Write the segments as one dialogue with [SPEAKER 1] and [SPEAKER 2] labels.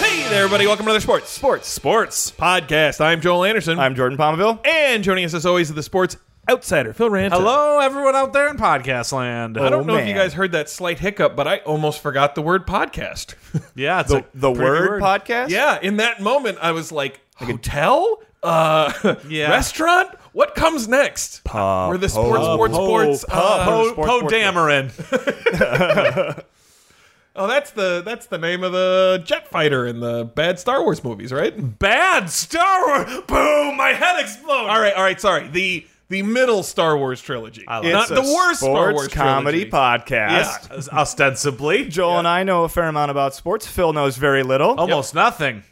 [SPEAKER 1] Hey there, everybody. Welcome to another sports sports sports podcast. I'm Joel Anderson.
[SPEAKER 2] I'm Jordan Palmville.
[SPEAKER 1] and joining us as always is the sports outsider, Phil Ranta.
[SPEAKER 3] Hello, everyone out there in podcast land.
[SPEAKER 1] I don't
[SPEAKER 2] Oh,
[SPEAKER 1] know if you
[SPEAKER 2] man.
[SPEAKER 1] guys heard that slight hiccup, but I almost forgot the word podcast.
[SPEAKER 3] yeah, it's
[SPEAKER 2] The,
[SPEAKER 3] a
[SPEAKER 2] the
[SPEAKER 3] pretty
[SPEAKER 2] word, podcast?
[SPEAKER 1] yeah, in that moment, I was like, hotel, uh,
[SPEAKER 3] Yeah.
[SPEAKER 1] restaurant. What comes next? We're the sports,
[SPEAKER 2] po-
[SPEAKER 1] sports,
[SPEAKER 3] po-
[SPEAKER 1] sports.
[SPEAKER 3] po-
[SPEAKER 1] uh,
[SPEAKER 3] po-
[SPEAKER 2] sports,
[SPEAKER 3] po
[SPEAKER 2] sports.
[SPEAKER 3] Dameron.
[SPEAKER 1] oh, that's the that's the name of the jet fighter in the bad Star Wars movies, right?
[SPEAKER 3] Bad Star Wars. Boom! My head exploded.
[SPEAKER 1] All right, all right. Sorry, the the middle Star Wars trilogy,
[SPEAKER 3] I like
[SPEAKER 2] It's
[SPEAKER 1] not
[SPEAKER 2] a
[SPEAKER 1] the worst Star
[SPEAKER 2] sports
[SPEAKER 1] Wars
[SPEAKER 2] comedy
[SPEAKER 1] trilogy.
[SPEAKER 3] Yeah,
[SPEAKER 2] podcast.
[SPEAKER 3] ostensibly,
[SPEAKER 2] Joel and I know a fair amount about sports. Phil knows very little.
[SPEAKER 1] Oh,
[SPEAKER 3] almost nothing.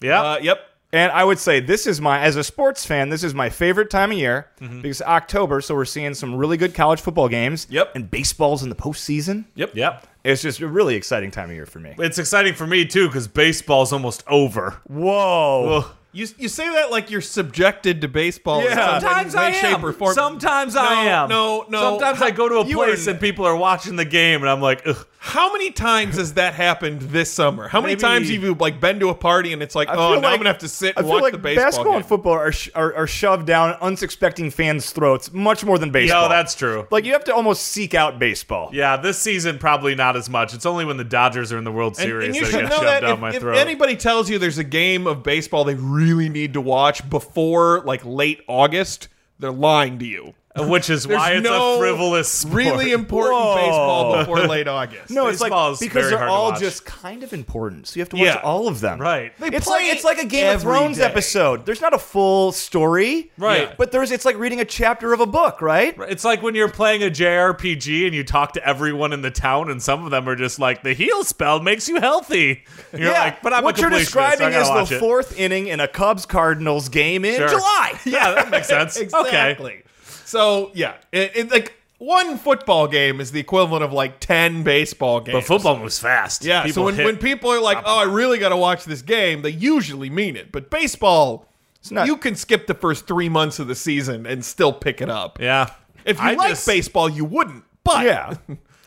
[SPEAKER 3] Yeah,
[SPEAKER 1] Uh, yep.
[SPEAKER 2] And I would say this is my, as a sports fan, this is my favorite time of year
[SPEAKER 1] Mm-hmm.
[SPEAKER 2] because October, so we're seeing some really good college football games.
[SPEAKER 1] Yep.
[SPEAKER 2] And baseball's in the postseason.
[SPEAKER 1] Yep.
[SPEAKER 3] yep.
[SPEAKER 2] It's just a really exciting time of year for me.
[SPEAKER 3] It's exciting for me too because baseball's almost over.
[SPEAKER 2] Whoa.
[SPEAKER 3] Ugh.
[SPEAKER 1] You, you say that like you're subjected to baseball. in
[SPEAKER 2] Yeah.
[SPEAKER 1] some way, shape, or form.
[SPEAKER 3] Sometimes I
[SPEAKER 1] No,
[SPEAKER 3] am.
[SPEAKER 1] no, no.
[SPEAKER 3] Sometimes I go to a
[SPEAKER 1] You are
[SPEAKER 3] place
[SPEAKER 1] n-
[SPEAKER 3] and people are watching the game, and I'm like, Ugh.
[SPEAKER 1] How many times has that happened this summer? How many
[SPEAKER 3] Maybe-
[SPEAKER 1] times have you like been to a party and it's like, oh, now I'm gonna have to sit
[SPEAKER 2] I
[SPEAKER 1] and
[SPEAKER 2] feel
[SPEAKER 1] watch
[SPEAKER 2] like
[SPEAKER 1] the baseball
[SPEAKER 2] basketball
[SPEAKER 1] game.
[SPEAKER 2] and football are, sh- are are shoved down unsuspecting fans' throats much more than baseball.
[SPEAKER 3] "No, that's true."
[SPEAKER 2] like you have to almost seek out baseball.
[SPEAKER 3] Yeah, this season probably not as much. It's only when the Dodgers are in the World
[SPEAKER 1] And, and
[SPEAKER 3] Series
[SPEAKER 1] you
[SPEAKER 3] that
[SPEAKER 1] should
[SPEAKER 3] get
[SPEAKER 1] know
[SPEAKER 3] shoved
[SPEAKER 1] that
[SPEAKER 3] down
[SPEAKER 1] if,
[SPEAKER 3] my
[SPEAKER 1] if
[SPEAKER 3] throat.
[SPEAKER 1] anybody tells you there's a game of baseball they really need to watch before like late August, they're lying to you.
[SPEAKER 3] which is why
[SPEAKER 1] There's
[SPEAKER 3] it's
[SPEAKER 1] no
[SPEAKER 3] a frivolous sport.
[SPEAKER 1] Really important
[SPEAKER 2] Whoa.
[SPEAKER 1] baseball before late August.
[SPEAKER 2] No, it's
[SPEAKER 3] Baseball
[SPEAKER 2] like
[SPEAKER 3] is
[SPEAKER 2] because
[SPEAKER 3] very
[SPEAKER 2] they're
[SPEAKER 3] hard to
[SPEAKER 2] all
[SPEAKER 3] watch.
[SPEAKER 2] just kind of important, so you have to watch
[SPEAKER 1] Yeah.
[SPEAKER 2] all of them.
[SPEAKER 3] right.
[SPEAKER 2] It's
[SPEAKER 1] play
[SPEAKER 2] like it's like a Game
[SPEAKER 1] every
[SPEAKER 2] of Thrones
[SPEAKER 1] day.
[SPEAKER 2] episode. There's not a full story,
[SPEAKER 3] Right. Yeah.
[SPEAKER 2] But there's it's like reading a chapter of a book, right?
[SPEAKER 3] It's like when you're playing a JRPG and you talk to everyone in the town, and some of them are just like, "The heal spell makes you healthy." And You're
[SPEAKER 2] yeah.
[SPEAKER 3] like, "But I'm
[SPEAKER 2] what
[SPEAKER 3] a
[SPEAKER 2] you're
[SPEAKER 3] completionist,
[SPEAKER 2] describing
[SPEAKER 3] so I gotta
[SPEAKER 2] is
[SPEAKER 3] watch
[SPEAKER 2] the
[SPEAKER 3] it."
[SPEAKER 2] fourth inning in a Cubs Cardinals game in
[SPEAKER 3] Sure.
[SPEAKER 2] July.
[SPEAKER 3] Yeah, that makes sense.
[SPEAKER 1] exactly.
[SPEAKER 3] Okay.
[SPEAKER 1] So yeah, it, it like one football game is the equivalent of like ten baseball games.
[SPEAKER 3] But football moves fast.
[SPEAKER 1] yeah.
[SPEAKER 3] People
[SPEAKER 1] so when,
[SPEAKER 3] hit.
[SPEAKER 1] when people are like, "Oh, I really got to watch this game," they usually mean it. But baseball,
[SPEAKER 2] not-
[SPEAKER 1] you can skip the first three months of the season and still pick it up.
[SPEAKER 3] yeah,
[SPEAKER 1] If you
[SPEAKER 3] I
[SPEAKER 1] like
[SPEAKER 3] just-
[SPEAKER 1] baseball, you wouldn't. But
[SPEAKER 2] Yeah.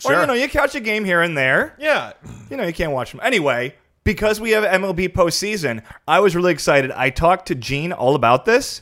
[SPEAKER 2] Or
[SPEAKER 3] Sure.
[SPEAKER 2] you know, you catch a game here and there.
[SPEAKER 1] yeah.
[SPEAKER 2] You know, you can't watch them anyway. Because we have MLB postseason, I was really excited. I talked to Gene all about this,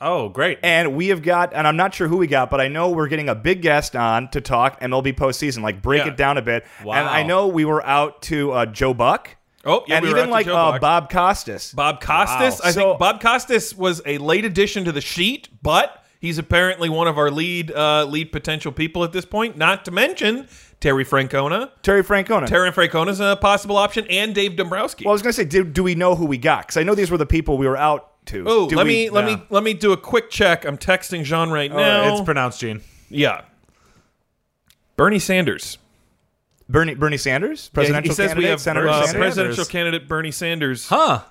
[SPEAKER 3] oh great,
[SPEAKER 2] and we have got, and I'm not sure who we got, but I know we're getting a big guest on to talk MLB postseason, like break
[SPEAKER 1] Yeah.
[SPEAKER 2] it down a bit.
[SPEAKER 3] Wow.
[SPEAKER 2] And I know we were out to uh, Joe Buck,
[SPEAKER 1] Oh, yeah,
[SPEAKER 2] and
[SPEAKER 1] we were out
[SPEAKER 2] even
[SPEAKER 1] to
[SPEAKER 2] like
[SPEAKER 1] Joe
[SPEAKER 2] uh,
[SPEAKER 1] Buck.
[SPEAKER 2] Bob Costas.
[SPEAKER 1] Bob Costas.
[SPEAKER 2] Wow.
[SPEAKER 1] I
[SPEAKER 2] So-
[SPEAKER 1] think Bob Costas was a late addition to the sheet, but he's apparently one of our lead uh, lead potential people at this point. Not to mention Terry Francona.
[SPEAKER 2] Terry Francona.
[SPEAKER 1] Terry Francona's a possible option, and Dave Dombrowski.
[SPEAKER 2] well, I was gonna say, do, do we know who we got? Because I know these were the people we were out to.
[SPEAKER 1] oh,
[SPEAKER 2] Do
[SPEAKER 1] let
[SPEAKER 2] we-
[SPEAKER 1] me
[SPEAKER 2] Oh,
[SPEAKER 1] let
[SPEAKER 3] yeah.
[SPEAKER 1] me let me do a quick check. I'm texting Jean right now.
[SPEAKER 3] Uh, it's pronounced Gene.
[SPEAKER 1] yeah, Bernie Sanders.
[SPEAKER 2] Bernie Bernie Sanders,
[SPEAKER 1] Yeah,
[SPEAKER 2] presidential
[SPEAKER 1] he says
[SPEAKER 2] candidate,
[SPEAKER 1] we have
[SPEAKER 2] Senator
[SPEAKER 1] uh,
[SPEAKER 2] Sanders.
[SPEAKER 1] presidential candidate Bernie Sanders
[SPEAKER 3] Huh?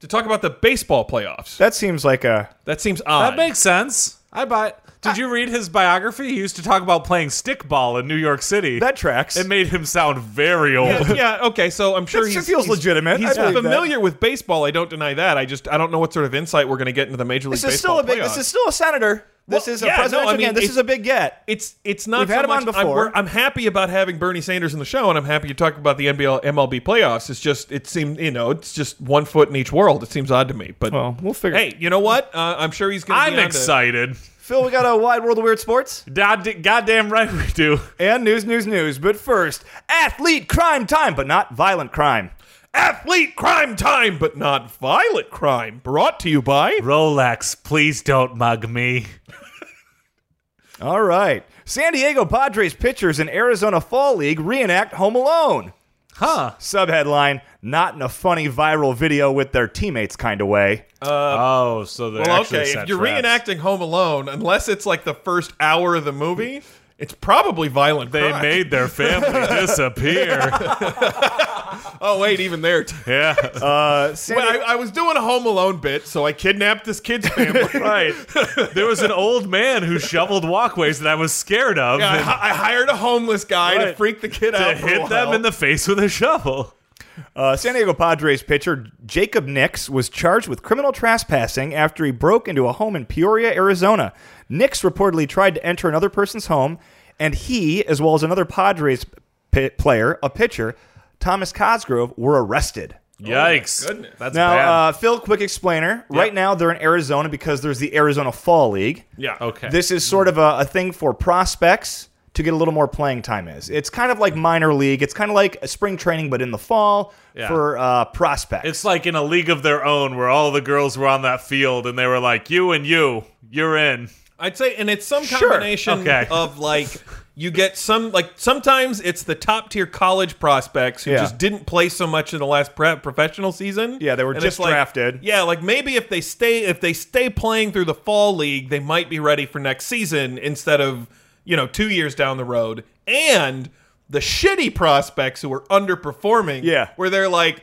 [SPEAKER 1] to talk about the baseball playoffs. That,
[SPEAKER 2] That seems like a
[SPEAKER 1] seems odd.
[SPEAKER 3] That makes sense. I buy. it. Did you read his biography? He used to talk about playing stickball in New York City.
[SPEAKER 2] that tracks.
[SPEAKER 3] it made him sound very old.
[SPEAKER 1] yeah, yeah, okay. So I'm sure
[SPEAKER 2] That
[SPEAKER 1] he
[SPEAKER 2] feels legitimate. I
[SPEAKER 1] He's
[SPEAKER 2] believe that.
[SPEAKER 1] familiar with baseball. I don't deny that. I just I don't know what sort of insight we're going to get into the major league
[SPEAKER 2] This is
[SPEAKER 1] baseball
[SPEAKER 2] still a big.
[SPEAKER 1] playoffs.
[SPEAKER 2] This is still a senator. This
[SPEAKER 1] Well,
[SPEAKER 2] is a
[SPEAKER 1] yeah, no, I
[SPEAKER 2] presidential
[SPEAKER 1] mean,
[SPEAKER 2] candidate. This
[SPEAKER 1] it's-
[SPEAKER 2] is a big get.
[SPEAKER 1] it's it's not
[SPEAKER 2] We've
[SPEAKER 1] so
[SPEAKER 2] had him
[SPEAKER 1] much.
[SPEAKER 2] on
[SPEAKER 1] I'm,
[SPEAKER 2] before.
[SPEAKER 1] we're- I'm happy about having Bernie Sanders in the show, and I'm happy you talk about the NBL MLB playoffs. It's just it seemed you know it's just one foot in each world. It seems odd to me, but
[SPEAKER 2] Well, we'll figure.
[SPEAKER 1] hey, you know what? Uh, I'm sure he's going.
[SPEAKER 3] I'm excited.
[SPEAKER 2] Phil, we got a wide world of weird sports
[SPEAKER 3] God, goddamn right we do.
[SPEAKER 2] and news, news, news. But first, athlete crime time, but not violent crime.
[SPEAKER 1] Athlete crime time, but not violent crime. Brought to you by
[SPEAKER 3] Rolex, please don't mug me.
[SPEAKER 2] All right. San Diego Padres pitchers in Arizona Fall League reenact Home Alone.
[SPEAKER 3] Huh.
[SPEAKER 2] Subheadline: Not in a funny viral video with their teammates kind of way.
[SPEAKER 3] oh, so they're
[SPEAKER 1] Well,
[SPEAKER 3] actually
[SPEAKER 1] okay,
[SPEAKER 3] set
[SPEAKER 1] if you're
[SPEAKER 3] traps.
[SPEAKER 1] reenacting Home Alone, unless it's like the first hour of the movie, it's probably violent.
[SPEAKER 3] They
[SPEAKER 1] crime.
[SPEAKER 3] made their family disappear.
[SPEAKER 1] Oh wait, even there. Too.
[SPEAKER 3] yeah.
[SPEAKER 2] Uh, San
[SPEAKER 1] Wait, I, I was doing a Home Alone bit, so I kidnapped this kid's family.
[SPEAKER 3] right. There was an old man who shoveled walkways that I was scared of
[SPEAKER 1] I,
[SPEAKER 3] and
[SPEAKER 1] hi- I hired a homeless guy to
[SPEAKER 3] Right.
[SPEAKER 1] freak the Oh kid
[SPEAKER 3] to
[SPEAKER 1] out. for a
[SPEAKER 3] hit them
[SPEAKER 1] while.
[SPEAKER 3] in the face with a shovel.
[SPEAKER 2] Uh, San Diego Padres pitcher Jacob Nix was charged with criminal trespassing after he broke into a home in Peoria, Arizona. Nix reportedly tried to enter another person's home, and he, as well as another Padres p- player, a pitcher, Thomas Cosgrove, were arrested.
[SPEAKER 3] Yikes!
[SPEAKER 1] goodness.
[SPEAKER 3] That's bad.
[SPEAKER 2] Now, uh, Phil, quick explainer. Right now, they're in Arizona because there's the Arizona Fall League.
[SPEAKER 1] Yeah.
[SPEAKER 3] okay.
[SPEAKER 2] This is sort of a, a thing for prospects to get a little more playing time. Is it's kind of like minor league. It's kind of like a spring training, but in the fall
[SPEAKER 3] Yeah.
[SPEAKER 2] for uh, prospects.
[SPEAKER 3] It's like in a league of their own where all the girls were on that field and they were like, "You and you, you're in."
[SPEAKER 1] I'd say, and it's some
[SPEAKER 2] Sure.
[SPEAKER 1] combination
[SPEAKER 3] Okay.
[SPEAKER 1] of like you get some like sometimes it's the top tier college prospects who
[SPEAKER 2] Yeah.
[SPEAKER 1] just didn't play so much in the last prep professional season.
[SPEAKER 2] Yeah, they were
[SPEAKER 1] And
[SPEAKER 2] just
[SPEAKER 1] it's like-
[SPEAKER 2] drafted.
[SPEAKER 1] Yeah, like maybe if they stay if they stay playing through the fall league, they might be ready for next season instead of you know two years down the road. And the shitty prospects who are underperforming.
[SPEAKER 2] Yeah.
[SPEAKER 1] where they're like.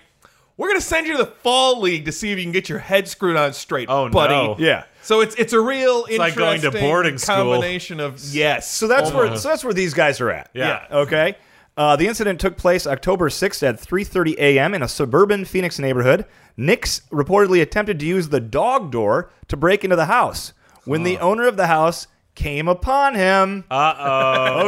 [SPEAKER 1] We're gonna send you to the fall league to see if you can get your head screwed on straight,
[SPEAKER 3] Oh,
[SPEAKER 1] buddy.
[SPEAKER 3] no.
[SPEAKER 2] yeah.
[SPEAKER 1] So it's it's a real
[SPEAKER 3] like
[SPEAKER 1] interesting
[SPEAKER 3] going to boarding school.
[SPEAKER 1] combination of yes.
[SPEAKER 2] So that's where so that's where these guys are at.
[SPEAKER 3] Yeah.
[SPEAKER 2] Okay. Uh, the incident took place October 6th at 3:30 a.m. in a suburban Phoenix neighborhood. Nix reportedly attempted to use the dog door to break into the house. When the owner of the house came upon him.
[SPEAKER 3] Uh oh.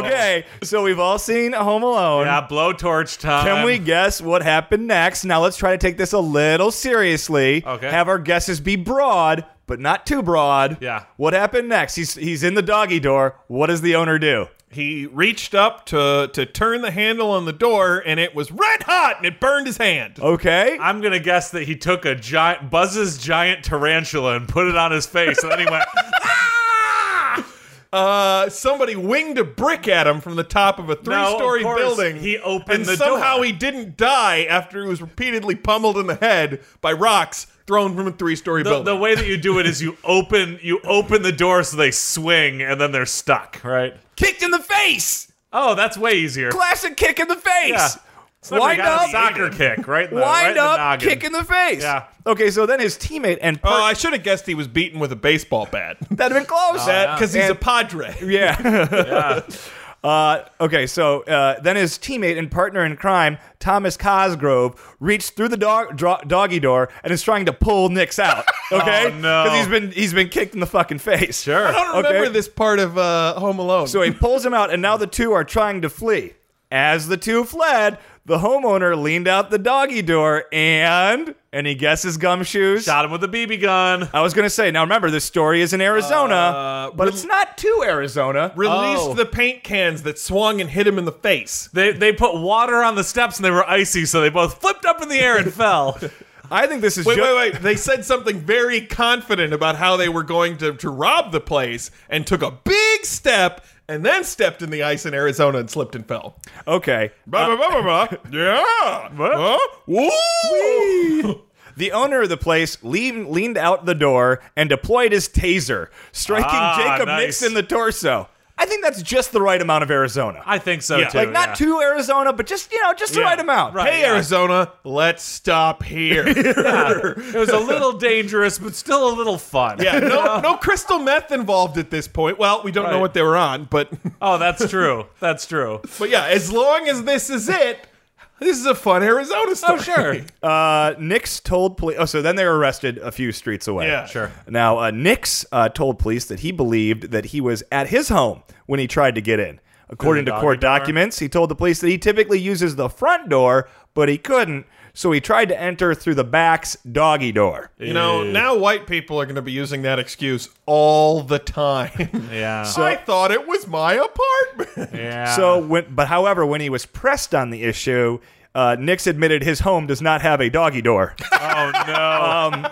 [SPEAKER 2] okay, so we've all seen Home Alone.
[SPEAKER 3] yeah, blowtorch time.
[SPEAKER 2] Can we guess what happened next? Now let's try to take this a little seriously.
[SPEAKER 3] Okay.
[SPEAKER 2] Have our guesses be broad, but not too broad.
[SPEAKER 3] Yeah.
[SPEAKER 2] What happened next? He's he's in the doggy door. What does the owner do?
[SPEAKER 1] He reached up to to turn the handle on the door, and it was red hot, and it burned his hand.
[SPEAKER 3] Oh.
[SPEAKER 2] Okay.
[SPEAKER 3] I'm gonna guess that he took a giant Buzz's giant tarantula and put it on his face, and then he went.
[SPEAKER 1] Uh, somebody winged a brick at him from the top of a
[SPEAKER 3] of
[SPEAKER 1] three-story
[SPEAKER 3] course,
[SPEAKER 1] building.
[SPEAKER 3] he opened
[SPEAKER 1] and
[SPEAKER 3] the
[SPEAKER 1] somehow
[SPEAKER 3] door.
[SPEAKER 1] he didn't die after he was repeatedly pummeled in the head by rocks thrown from a three-story
[SPEAKER 3] The,
[SPEAKER 1] building.
[SPEAKER 3] the way that you do it is you open you open the door so they swing and then they're stuck, right?
[SPEAKER 2] Kicked in the face.
[SPEAKER 3] Oh, that's way easier.
[SPEAKER 2] Classic kick in the face.
[SPEAKER 3] Yeah.
[SPEAKER 2] Wind
[SPEAKER 3] got
[SPEAKER 2] up.
[SPEAKER 3] a soccer kick, right? In the, right
[SPEAKER 2] Wind
[SPEAKER 3] in the
[SPEAKER 2] up.
[SPEAKER 3] noggin.
[SPEAKER 2] Kick in the face.
[SPEAKER 3] Yeah.
[SPEAKER 2] Okay, so then his teammate and
[SPEAKER 1] oh,
[SPEAKER 2] part-
[SPEAKER 1] I should have guessed he was beaten with a baseball bat.
[SPEAKER 2] that'd have been close.
[SPEAKER 3] Oh,
[SPEAKER 1] That because he's
[SPEAKER 2] And-
[SPEAKER 1] a Padre.
[SPEAKER 2] Yeah. Uh, okay, so uh, then his teammate and partner in crime, Thomas Cosgrove, reached through the dog dro- doggy door and is trying to pull Nix out. Okay,
[SPEAKER 3] Oh, no.
[SPEAKER 2] he's been he's been kicked in the fucking face.
[SPEAKER 3] Sure.
[SPEAKER 1] I don't remember
[SPEAKER 2] Okay.
[SPEAKER 1] this part of uh, Home Alone.
[SPEAKER 2] So he pulls him out, and now the two are trying to flee. As the two fled, the homeowner leaned out the doggy door and any guesses gumshoes.
[SPEAKER 3] Shot him with a BB gun.
[SPEAKER 2] I was gonna say. Now remember, this story is in Arizona,
[SPEAKER 3] Uh,
[SPEAKER 2] but it's not to Arizona.
[SPEAKER 1] released
[SPEAKER 3] Oh.
[SPEAKER 1] the paint cans that swung and hit him in the face.
[SPEAKER 3] They they put water on the steps and they were icy, so they both flipped up in the air and fell.
[SPEAKER 2] I think this is
[SPEAKER 1] Wait,
[SPEAKER 2] ju-
[SPEAKER 1] wait, wait. They said something very confident about how they were going to, to rob the place and took a big step and then stepped in the ice in Arizona and slipped and fell.
[SPEAKER 2] okay.
[SPEAKER 1] Blah, blah, blah, blah, blah. Yeah. Huh? Woo!
[SPEAKER 2] The owner of the place lean, leaned out the door and deployed his taser, striking
[SPEAKER 3] Ah,
[SPEAKER 2] Jacob
[SPEAKER 3] nice.
[SPEAKER 2] Nix in the torso. I think that's just the right amount of Arizona.
[SPEAKER 3] I think so
[SPEAKER 1] Yeah,
[SPEAKER 3] too.
[SPEAKER 2] like, not
[SPEAKER 3] yeah.
[SPEAKER 2] too Arizona, but just, you know, just the
[SPEAKER 3] Yeah,
[SPEAKER 2] right amount.
[SPEAKER 3] right.
[SPEAKER 1] Hey, Arizona, let's stop here.
[SPEAKER 3] It was a little dangerous, but still a little fun.
[SPEAKER 1] yeah, no, no crystal meth involved at this point. Well, we don't know
[SPEAKER 3] Right.
[SPEAKER 1] what they were on, but
[SPEAKER 3] Oh, that's true. That's true.
[SPEAKER 1] but yeah, as long as this is it, this is a fun Arizona story.
[SPEAKER 3] Oh, sure.
[SPEAKER 2] Uh, Nix told police. Oh, so then they were arrested a few streets away.
[SPEAKER 1] Yeah. Sure.
[SPEAKER 2] Now, uh, Nix uh, told police that he believed that he was at his home when he tried to get in. According to
[SPEAKER 3] the doggy
[SPEAKER 2] court
[SPEAKER 3] door?
[SPEAKER 2] documents, he told the police that he typically uses the front door, but he couldn't, so he tried to enter through the back's doggy door.
[SPEAKER 1] You know, now white people are going to be using that excuse all the time.
[SPEAKER 3] Yeah.
[SPEAKER 1] I thought it was my apartment.
[SPEAKER 3] yeah.
[SPEAKER 2] So, when, but however, when he was pressed on the issue, uh, Nix admitted his home does not have a doggy door.
[SPEAKER 3] oh no,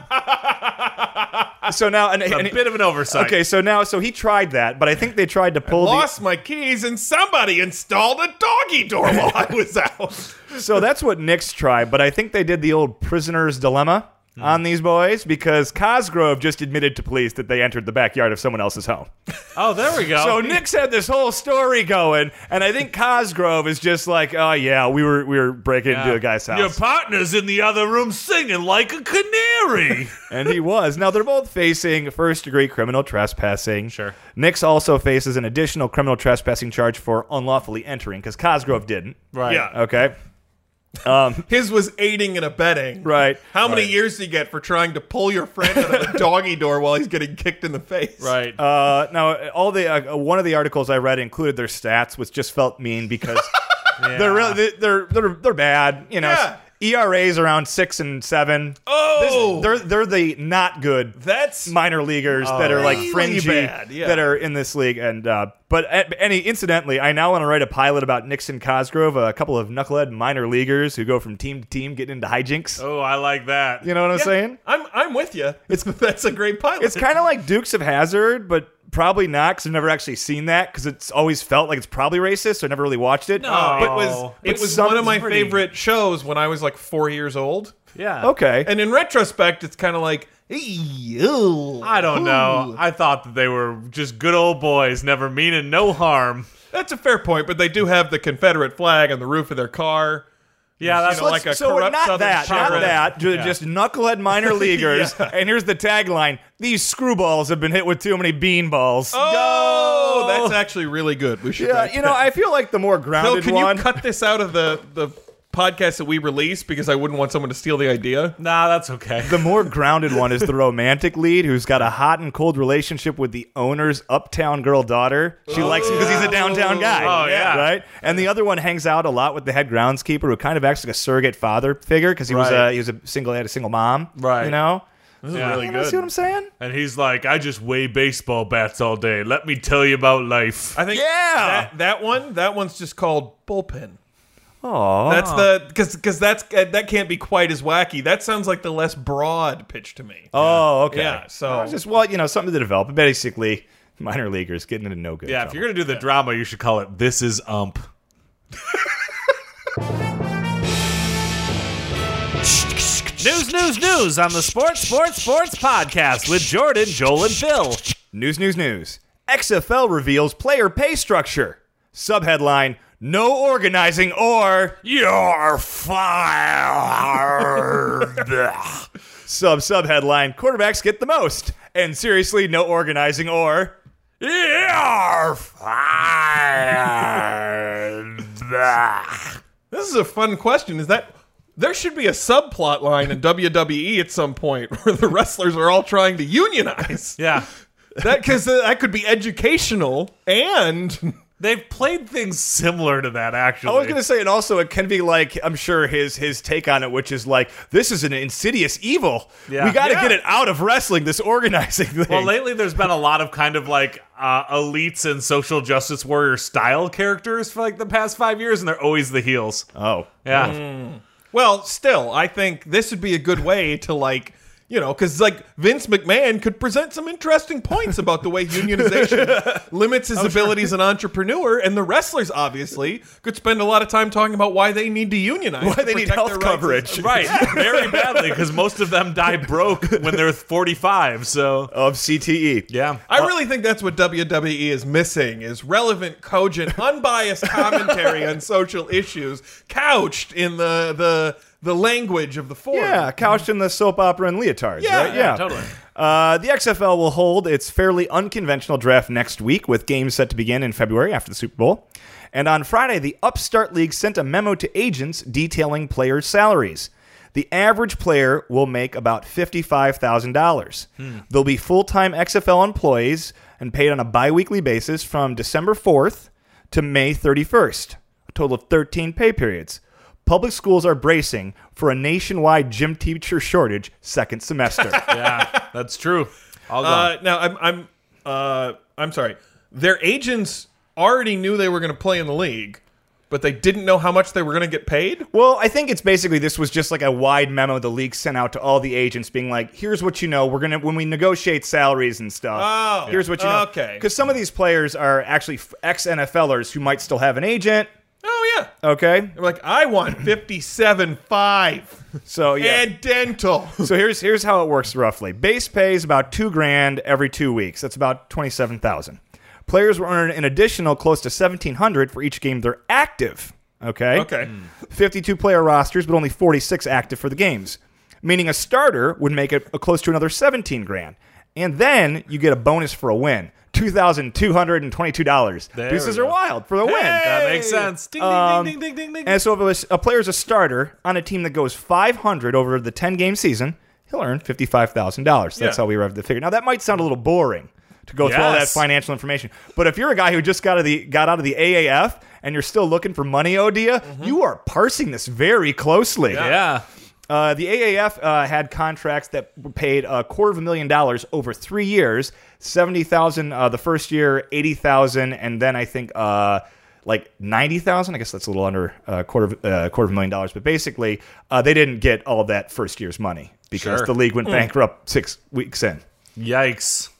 [SPEAKER 2] so now, and, and-
[SPEAKER 3] a bit of an oversight.
[SPEAKER 2] okay, so now, so he tried that, but I think they tried to pull the.
[SPEAKER 1] Lost my keys and somebody installed a doggy door while I was out.
[SPEAKER 2] So that's what Nix tried, but I think they did the old prisoner's dilemma
[SPEAKER 3] Hmm.
[SPEAKER 2] on these boys because Cosgrove just admitted to police that they entered the backyard of someone else's home.
[SPEAKER 3] Oh, there we go.
[SPEAKER 2] So Nix had this whole story going, and I think Cosgrove is just like, oh yeah, we were we were breaking into a guy's house.
[SPEAKER 3] Your partner's in the other room singing like a canary.
[SPEAKER 2] and he was. Now they're both facing first degree criminal trespassing.
[SPEAKER 3] Sure.
[SPEAKER 2] Nix also faces an additional criminal trespassing charge for unlawfully entering because Cosgrove didn't.
[SPEAKER 3] right.
[SPEAKER 1] Yeah.
[SPEAKER 2] Okay.
[SPEAKER 1] His was aiding and abetting.
[SPEAKER 2] Right.
[SPEAKER 1] How many years do you get for trying to pull your friend out of a doggy door while he's getting kicked in the face?
[SPEAKER 3] Oh, Right.
[SPEAKER 2] Uh, now, all the uh, one of the articles I read included their stats, which just felt mean because they're really they're they're they're bad. You know, E
[SPEAKER 1] Yeah.
[SPEAKER 2] ERAs around six and seven.
[SPEAKER 1] Oh,
[SPEAKER 2] they're they're the not good
[SPEAKER 1] that's
[SPEAKER 2] minor leaguers that are like
[SPEAKER 1] really
[SPEAKER 2] fringy
[SPEAKER 1] bad, yeah.
[SPEAKER 2] that are in this league. And uh, but a- any incidentally, I now want to write a pilot about Nixon Cosgrove, a couple of knucklehead minor leaguers who go from team to team getting into hijinks.
[SPEAKER 3] oh, I like that.
[SPEAKER 2] You know what I'm
[SPEAKER 1] Yeah,
[SPEAKER 2] saying?
[SPEAKER 1] I'm I'm with you. It's that's a great pilot.
[SPEAKER 2] It's kind of like Dukes of Hazard, but probably not because I've never actually seen that because it's always felt like it's probably racist. So I never really watched it. Oh,
[SPEAKER 3] No.
[SPEAKER 1] it was
[SPEAKER 2] But
[SPEAKER 1] it was
[SPEAKER 2] some-
[SPEAKER 1] one of my
[SPEAKER 2] pretty-
[SPEAKER 1] favorite shows when I was like four years old.
[SPEAKER 3] Yeah.
[SPEAKER 2] Okay.
[SPEAKER 1] And in retrospect, it's kind of like, ew.
[SPEAKER 3] I don't know. I thought that they were just good old boys, never meaning no harm.
[SPEAKER 1] That's a fair point, but they do have the Confederate flag on the roof of their car.
[SPEAKER 3] Yeah, that's
[SPEAKER 1] You know,
[SPEAKER 2] Let's-
[SPEAKER 1] like a
[SPEAKER 2] so
[SPEAKER 1] corrupt
[SPEAKER 2] not
[SPEAKER 1] Southern
[SPEAKER 2] that, not
[SPEAKER 1] sheriff.
[SPEAKER 2] that, ju-
[SPEAKER 3] Yeah.
[SPEAKER 2] just knucklehead minor leaguers. And here's the tagline: These screwballs have been hit with too many bean balls.
[SPEAKER 1] Oh, that's actually really good. We should.
[SPEAKER 2] yeah,
[SPEAKER 1] write
[SPEAKER 2] you know,
[SPEAKER 1] that.
[SPEAKER 2] I feel like the more
[SPEAKER 1] Bill,
[SPEAKER 2] grounded
[SPEAKER 1] can
[SPEAKER 2] one.
[SPEAKER 1] you cut this out of the the podcast that we release because I wouldn't want someone to steal the idea.
[SPEAKER 3] nah, that's okay.
[SPEAKER 2] the more grounded one is the romantic lead who's got a hot and cold relationship with the owner's uptown girl daughter. She likes him because he's a downtown guy.
[SPEAKER 3] Oh, yeah.
[SPEAKER 2] Right? And the other one hangs out a lot with the head groundskeeper who kind of acts like a surrogate father figure because he was
[SPEAKER 3] Right.
[SPEAKER 2] a, he was a single had a single mom.
[SPEAKER 3] Right.
[SPEAKER 2] You know?
[SPEAKER 3] This is
[SPEAKER 2] You know, see what I'm saying?
[SPEAKER 3] And he's like, I just weigh baseball bats all day. Let me tell you about life.
[SPEAKER 1] I think
[SPEAKER 2] Yeah.
[SPEAKER 1] that, that one that one's just called bullpen.
[SPEAKER 2] Aw.
[SPEAKER 1] That's the because because that's uh, that can't be quite as wacky. That sounds like the less broad pitch to me.
[SPEAKER 2] Oh, okay.
[SPEAKER 1] Yeah, so-
[SPEAKER 2] Well, just well, you know, something to develop. Basically, minor leaguers getting into no good.
[SPEAKER 3] yeah, if
[SPEAKER 2] trouble.
[SPEAKER 3] you're going to do the drama, you should call it This Is Ump. news, news, news on the Sports, Sports, Sports podcast with Jordan, Joel, and Phil.
[SPEAKER 2] News, news, news. XFL reveals player pay structure. Subheadline No organizing or.
[SPEAKER 3] You're fired.
[SPEAKER 2] Sub subheadline Quarterbacks get the most. And seriously, no organizing or.
[SPEAKER 3] You're fired.
[SPEAKER 1] This is a fun question. Is that there should be a subplot line in WWE at some point where the wrestlers are all trying to unionize?
[SPEAKER 3] yeah.
[SPEAKER 1] That because that could be educational and
[SPEAKER 3] They've played things similar to that, actually.
[SPEAKER 2] I was gonna say, and also it can be like I'm sure his his take on it, which is like this is an insidious evil.
[SPEAKER 3] Yeah.
[SPEAKER 2] We got to
[SPEAKER 1] Yeah.
[SPEAKER 2] get it out of wrestling. This organizing thing.
[SPEAKER 3] Well, lately there's been a lot of kind of like uh, elites and social justice warrior style characters for like the past five years, and they're always the heels.
[SPEAKER 2] oh,
[SPEAKER 3] Yeah.
[SPEAKER 1] well, still, I think this would be a good way to like. You know, because like Vince McMahon could present some interesting points about the way unionization limits
[SPEAKER 2] Oh,
[SPEAKER 1] his ability as an entrepreneur, and the wrestlers obviously could spend a lot of time talking about why they need to unionize,
[SPEAKER 2] Why
[SPEAKER 1] to
[SPEAKER 2] they need
[SPEAKER 1] protect
[SPEAKER 2] health
[SPEAKER 1] their rights
[SPEAKER 2] coverage.
[SPEAKER 1] as-
[SPEAKER 3] Right, very badly because most of them die broke when they're 45. So,
[SPEAKER 2] of E. CTE.
[SPEAKER 3] yeah,
[SPEAKER 1] I really think that's what WWE is missing is relevant, cogent, unbiased commentary on social issues couched in the the the language of the forum.
[SPEAKER 2] Yeah, couched in the soap opera and leotards,
[SPEAKER 1] Yeah,
[SPEAKER 2] right?
[SPEAKER 1] yeah,
[SPEAKER 3] totally.
[SPEAKER 2] Uh, the XFL will hold its fairly unconventional draft next week, with games set to begin in February after the Super Bowl. And on Friday, the Upstart League sent a memo to agents detailing players' salaries. The average player will make about $55,000. They'll be full time XFL employees and paid on a bi weekly basis from December 4th to May 31st, a total of 13 pay periods. Public schools are bracing for a nationwide gym teacher shortage second semester.
[SPEAKER 3] yeah, that's true. All gone.
[SPEAKER 1] Uh, now I'm I'm uh, I'm sorry. Their agents already knew they were going to play in the league, but they didn't know how much they were going to get paid.
[SPEAKER 2] Well, I think it's basically this was just like a wide memo the league sent out to all the agents, being like, "Here's what you know. We're gonna when we negotiate salaries and stuff.
[SPEAKER 1] Oh,
[SPEAKER 2] here's what you know.
[SPEAKER 1] okay.
[SPEAKER 2] Because some of these players are actually ex NFLers who might still have an agent.
[SPEAKER 1] Oh yeah.
[SPEAKER 2] Okay,
[SPEAKER 1] I'm like I want 57 5
[SPEAKER 2] so yeah.
[SPEAKER 1] and dental.
[SPEAKER 2] so here's here's how it works roughly. Base pay is about two grand every two weeks. That's about twenty seven thousand. Players will earn an additional close to seventeen hundred for each game they're active. Okay.
[SPEAKER 1] Okay.
[SPEAKER 2] 52 player rosters, but only 46 active for the games, meaning a starter would make it a close to another 17 grand. And then you get a bonus for a win. $2,222. Deuces
[SPEAKER 3] we
[SPEAKER 2] are
[SPEAKER 3] go.
[SPEAKER 2] wild for the win.
[SPEAKER 3] That makes sense. Ding, ding,
[SPEAKER 2] Um,
[SPEAKER 3] ding, ding, ding, ding, ding.
[SPEAKER 2] And so if a, s- a player is a starter on a team that goes 500 over the 10 game season, he'll earn $55,000. That's
[SPEAKER 1] Yeah.
[SPEAKER 2] how we arrived at the figure. Now that might sound a little boring to go through all that
[SPEAKER 3] Yes.
[SPEAKER 2] financial information, but if you're a guy who just got out of the got out of the AAF and you're still looking for money, Odia, you are parsing this very closely.
[SPEAKER 3] Mm-hmm. yeah.
[SPEAKER 2] Uh, the AAF uh, had contracts that were paid a quarter of a million dollars over three years, seventy thousand uh, the first year, eighty thousand, and then I think uh, like ninety thousand. I guess that's a little under a quarter of uh, quarter of a million dollars, but basically uh, they didn't get all of that first year's money because
[SPEAKER 3] Sure.
[SPEAKER 2] the league went
[SPEAKER 1] Hmm.
[SPEAKER 2] bankrupt six weeks in.
[SPEAKER 3] Yikes.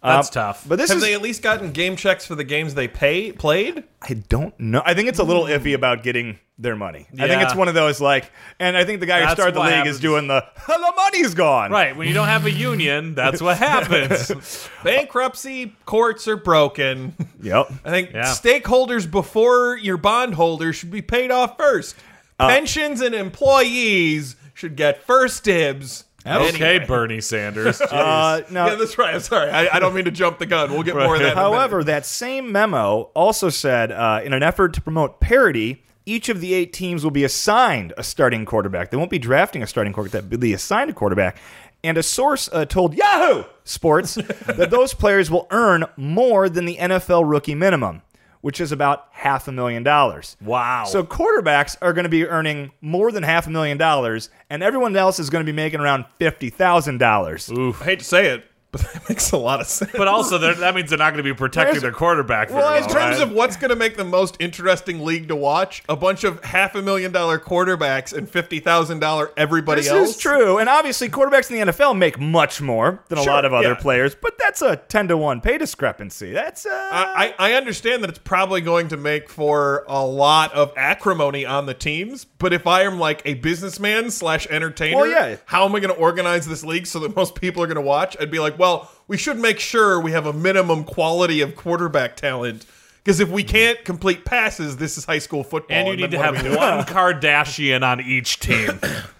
[SPEAKER 3] That's
[SPEAKER 2] Um,
[SPEAKER 3] tough.
[SPEAKER 2] But this
[SPEAKER 1] Have
[SPEAKER 2] is
[SPEAKER 1] they at least gotten game checks for the games they pay played?
[SPEAKER 2] I don't know. I think it's a little iffy about getting their money. I think
[SPEAKER 3] Yeah.
[SPEAKER 2] it's one of those like, and I think the guy who
[SPEAKER 3] That's
[SPEAKER 2] started the
[SPEAKER 3] what
[SPEAKER 2] league
[SPEAKER 3] happens.
[SPEAKER 2] is doing the the money's gone.
[SPEAKER 3] right. When you don't have a union, that's what happens.
[SPEAKER 1] Bankruptcy courts are broken.
[SPEAKER 2] Yep.
[SPEAKER 1] I think
[SPEAKER 3] Yeah.
[SPEAKER 1] stakeholders before your bondholders should be paid off first.
[SPEAKER 3] Uh,
[SPEAKER 1] Pensions and employees should get first dibs.
[SPEAKER 3] okay,
[SPEAKER 1] Anyway.
[SPEAKER 3] Bernie Sanders.
[SPEAKER 2] Uh, no.
[SPEAKER 1] yeah, that's right. I'm sorry. I, I don't mean to jump the gun. We'll get more of that. in a minute.
[SPEAKER 2] However, that same memo also said, uh, in an effort to promote parity, each of the eight teams will be assigned a starting quarterback. They won't be drafting a starting quarterback; they'll be assigned a quarterback. And a source uh, told Yahoo Sports that those players will earn more than the NFL rookie minimum, which is about half a million dollars.
[SPEAKER 3] Wow.
[SPEAKER 2] So quarterbacks are going to be earning more than half a million dollars, and everyone else is going to be making around fifty thousand dollars.
[SPEAKER 1] I hate to say it, but that makes a lot of sense.
[SPEAKER 3] but also, they're- that means they're not going to be protecting
[SPEAKER 2] There's-
[SPEAKER 3] their quarterback. Very
[SPEAKER 1] well,
[SPEAKER 3] well,
[SPEAKER 1] in terms
[SPEAKER 3] right?
[SPEAKER 1] of what's going to make the most interesting league to watch, a bunch of half a million dollar quarterbacks and fifty thousand dollar everybody
[SPEAKER 2] This
[SPEAKER 1] else.
[SPEAKER 2] is true, and obviously quarterbacks in the NFL make much more than
[SPEAKER 1] Sure,
[SPEAKER 2] a lot of other
[SPEAKER 1] yeah.
[SPEAKER 2] players, but that's a ten to one pay discrepancy. That's uh,
[SPEAKER 1] I, I I understand that it's probably going to make for a lot of acrimony on the teams, but if I am like a businessman slash entertainer,
[SPEAKER 2] Well, yeah.
[SPEAKER 1] how am I going to organize this league so that most people are going to watch? I'd be like, well, we should make sure we have a minimum quality of quarterback talent because if we can't complete passes, this is high school football.
[SPEAKER 3] and you need to
[SPEAKER 1] then
[SPEAKER 3] have
[SPEAKER 1] what do we do?
[SPEAKER 3] one Kardashian on each team.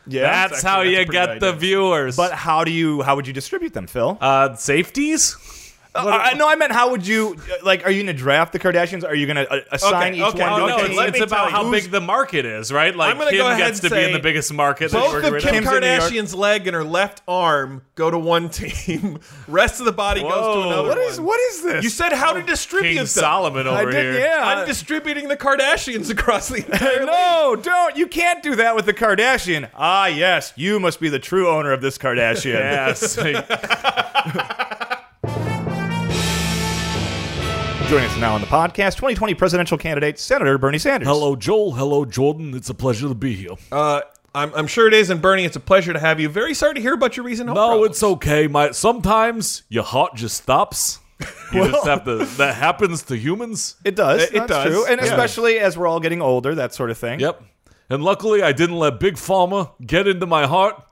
[SPEAKER 2] yeah.
[SPEAKER 3] that's,
[SPEAKER 1] That's
[SPEAKER 3] how
[SPEAKER 1] actually- that's a pretty
[SPEAKER 3] you get
[SPEAKER 1] good
[SPEAKER 3] the
[SPEAKER 1] idea.
[SPEAKER 3] viewers.
[SPEAKER 2] but how do you how would you distribute them, Phil?
[SPEAKER 3] uh, safeties.
[SPEAKER 2] Uh, I, no, I meant how would you uh, like? Are you going to draft the Kardashians? Are you going to uh, assign
[SPEAKER 1] Okay,
[SPEAKER 2] each
[SPEAKER 1] okay,
[SPEAKER 2] one?
[SPEAKER 3] Oh
[SPEAKER 2] to
[SPEAKER 1] okay,
[SPEAKER 2] a
[SPEAKER 3] no,
[SPEAKER 2] team?
[SPEAKER 1] let
[SPEAKER 3] it's, it's
[SPEAKER 1] me
[SPEAKER 3] about
[SPEAKER 1] tell
[SPEAKER 3] how
[SPEAKER 1] you.
[SPEAKER 3] big the market is, right? Like
[SPEAKER 1] I'm gonna
[SPEAKER 3] Kim
[SPEAKER 1] go ahead
[SPEAKER 3] gets to
[SPEAKER 1] and
[SPEAKER 3] be in
[SPEAKER 1] say
[SPEAKER 3] the biggest market. that we're
[SPEAKER 1] Both of
[SPEAKER 3] rid
[SPEAKER 1] Kim
[SPEAKER 2] Kim's in New York.
[SPEAKER 1] Kardashian's leg and her left arm go to one team. Rest of the body goes to
[SPEAKER 3] Whoa.
[SPEAKER 1] another.
[SPEAKER 2] what is
[SPEAKER 1] one.
[SPEAKER 2] what is this? Oh,
[SPEAKER 1] You said how to distribute
[SPEAKER 3] King
[SPEAKER 1] them.
[SPEAKER 3] Solomon
[SPEAKER 2] I
[SPEAKER 3] over
[SPEAKER 2] did,
[SPEAKER 3] here.
[SPEAKER 2] yeah.
[SPEAKER 1] I'm distributing the Kardashians across the entire
[SPEAKER 2] No, don't. You can't do that with the Kardashian. Ah, yes, you must be the true owner of this Kardashian.
[SPEAKER 3] Yes.
[SPEAKER 2] Joining us now on the podcast, 2020 presidential candidate Senator Bernie Sanders.
[SPEAKER 3] Joel. Hello, Jordan. It's a pleasure to be here.
[SPEAKER 1] Uh, I'm, I'm sure it is, and Bernie, it's a pleasure to have you. Very sorry to hear about your recent health
[SPEAKER 3] No,
[SPEAKER 1] problems.
[SPEAKER 3] it's okay, mate. Sometimes your heart just stops. You just have to. That happens to humans.
[SPEAKER 2] It does.
[SPEAKER 1] It- it
[SPEAKER 2] that's
[SPEAKER 1] does.
[SPEAKER 2] True. And
[SPEAKER 1] Yeah.
[SPEAKER 2] especially as we're all getting older, that sort of thing.
[SPEAKER 3] Yep. And luckily, I didn't let Big Pharma get into my heart.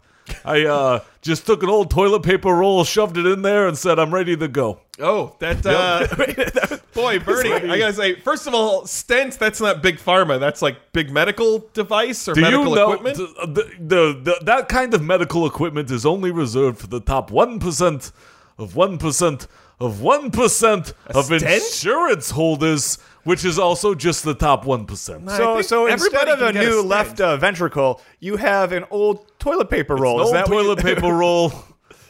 [SPEAKER 3] I uh, just took an old toilet paper roll, shoved it in there, and said, "I'm ready to go."
[SPEAKER 1] oh that uh, boy, Bernie. I gotta say, first of all, stents. That's not big pharma. That's like big medical device or
[SPEAKER 3] Do
[SPEAKER 1] medical
[SPEAKER 3] you know
[SPEAKER 1] equipment.
[SPEAKER 3] th- the, the, the, that kind of medical equipment is only reserved for the top one percent of one percent of one percent of
[SPEAKER 1] stent?
[SPEAKER 3] insurance holders, which is also just the top one percent.
[SPEAKER 1] I
[SPEAKER 2] So,
[SPEAKER 1] think
[SPEAKER 2] so instead
[SPEAKER 1] everybody
[SPEAKER 2] of
[SPEAKER 1] can
[SPEAKER 2] a
[SPEAKER 1] get a
[SPEAKER 2] new
[SPEAKER 1] stent.
[SPEAKER 2] left uh, ventricle, you have an old toilet paper roll. Is
[SPEAKER 3] Old
[SPEAKER 2] that what you-
[SPEAKER 3] toilet paper roll.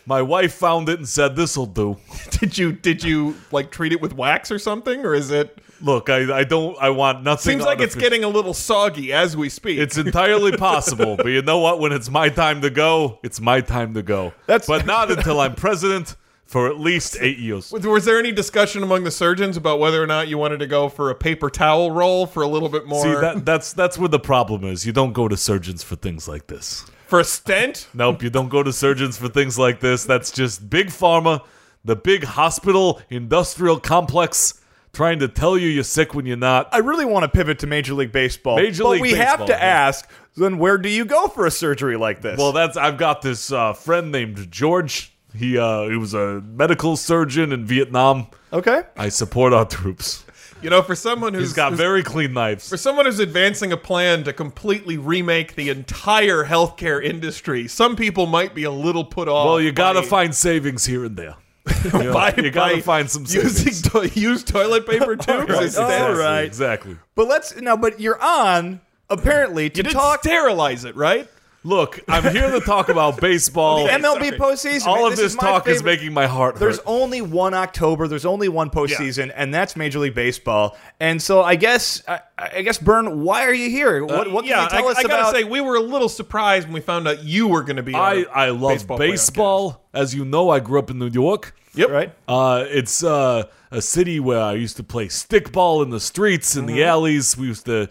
[SPEAKER 3] My wife found it and said, "This'll do."
[SPEAKER 1] did you did you like treat it with wax or something, or is it?
[SPEAKER 3] Look, I, I don't. I want nothing.
[SPEAKER 1] Seems like it's
[SPEAKER 3] artificial.
[SPEAKER 1] getting a little soggy as we speak.
[SPEAKER 3] It's entirely possible, but you know what? When it's my time to go, it's my time to go.
[SPEAKER 2] That's-
[SPEAKER 3] but not until I'm president for at least eight years.
[SPEAKER 1] Was- Was there any discussion among the surgeons about whether or not you wanted to go for a paper towel roll for a little bit more?
[SPEAKER 3] See, that, that's that's where the problem is. You don't go to surgeons for things like this.
[SPEAKER 1] for a stent?
[SPEAKER 3] Nope, you don't go to surgeons for things like this. That's just big pharma, the big hospital industrial complex trying to tell you you're sick when you're not.
[SPEAKER 2] I really want to pivot to Major League Baseball.
[SPEAKER 3] Major
[SPEAKER 2] but
[SPEAKER 3] League
[SPEAKER 2] we have
[SPEAKER 3] Baseball,
[SPEAKER 2] to
[SPEAKER 3] yeah.
[SPEAKER 2] ask, then where do you go for a surgery like this?
[SPEAKER 3] Well, that's I've got this uh, friend named George. He uh, he was a medical surgeon in Vietnam.
[SPEAKER 2] okay.
[SPEAKER 3] I support our troops.
[SPEAKER 1] You know, for someone who's
[SPEAKER 3] He's got
[SPEAKER 1] who's-
[SPEAKER 3] very clean knives.
[SPEAKER 1] for someone who's advancing a plan to completely remake the entire healthcare industry, some people might be a little put off.
[SPEAKER 3] Well, you got to
[SPEAKER 1] by-
[SPEAKER 3] find savings here and there. You, know,
[SPEAKER 1] By-
[SPEAKER 3] you gotta
[SPEAKER 1] by
[SPEAKER 3] find some savings.
[SPEAKER 1] using to- use toilet paper too.
[SPEAKER 2] right.
[SPEAKER 1] Is it
[SPEAKER 2] All
[SPEAKER 3] Oh.
[SPEAKER 1] steril-
[SPEAKER 2] right.
[SPEAKER 3] Exactly.
[SPEAKER 2] But let's now. But you're on apparently to
[SPEAKER 1] You did
[SPEAKER 2] talk
[SPEAKER 1] sterilize it, right?
[SPEAKER 3] Look, I'm here to talk about baseball.
[SPEAKER 2] MLB
[SPEAKER 1] sorry.
[SPEAKER 2] postseason.
[SPEAKER 3] All
[SPEAKER 2] man.
[SPEAKER 3] of this,
[SPEAKER 2] is my
[SPEAKER 3] talk is
[SPEAKER 2] favorite-
[SPEAKER 3] making my heart
[SPEAKER 2] There's
[SPEAKER 3] hurt.
[SPEAKER 2] only one October. There's only one postseason, and that's Major League Baseball. And so I guess I, I guess Byrne, why are you here?
[SPEAKER 3] Uh,
[SPEAKER 2] What, what can
[SPEAKER 1] yeah,
[SPEAKER 2] you tell
[SPEAKER 1] I,
[SPEAKER 2] us
[SPEAKER 1] I gotta
[SPEAKER 2] about?
[SPEAKER 1] say we were a little surprised when we found out you were going to be. our
[SPEAKER 3] I, I love baseball.
[SPEAKER 1] player.
[SPEAKER 3] As you know, I grew up in New York.
[SPEAKER 1] Yep.
[SPEAKER 2] right?
[SPEAKER 3] Uh, it's uh, a city where I used to play stickball in the streets, in the
[SPEAKER 2] Mm-hmm.
[SPEAKER 3] alleys. We used to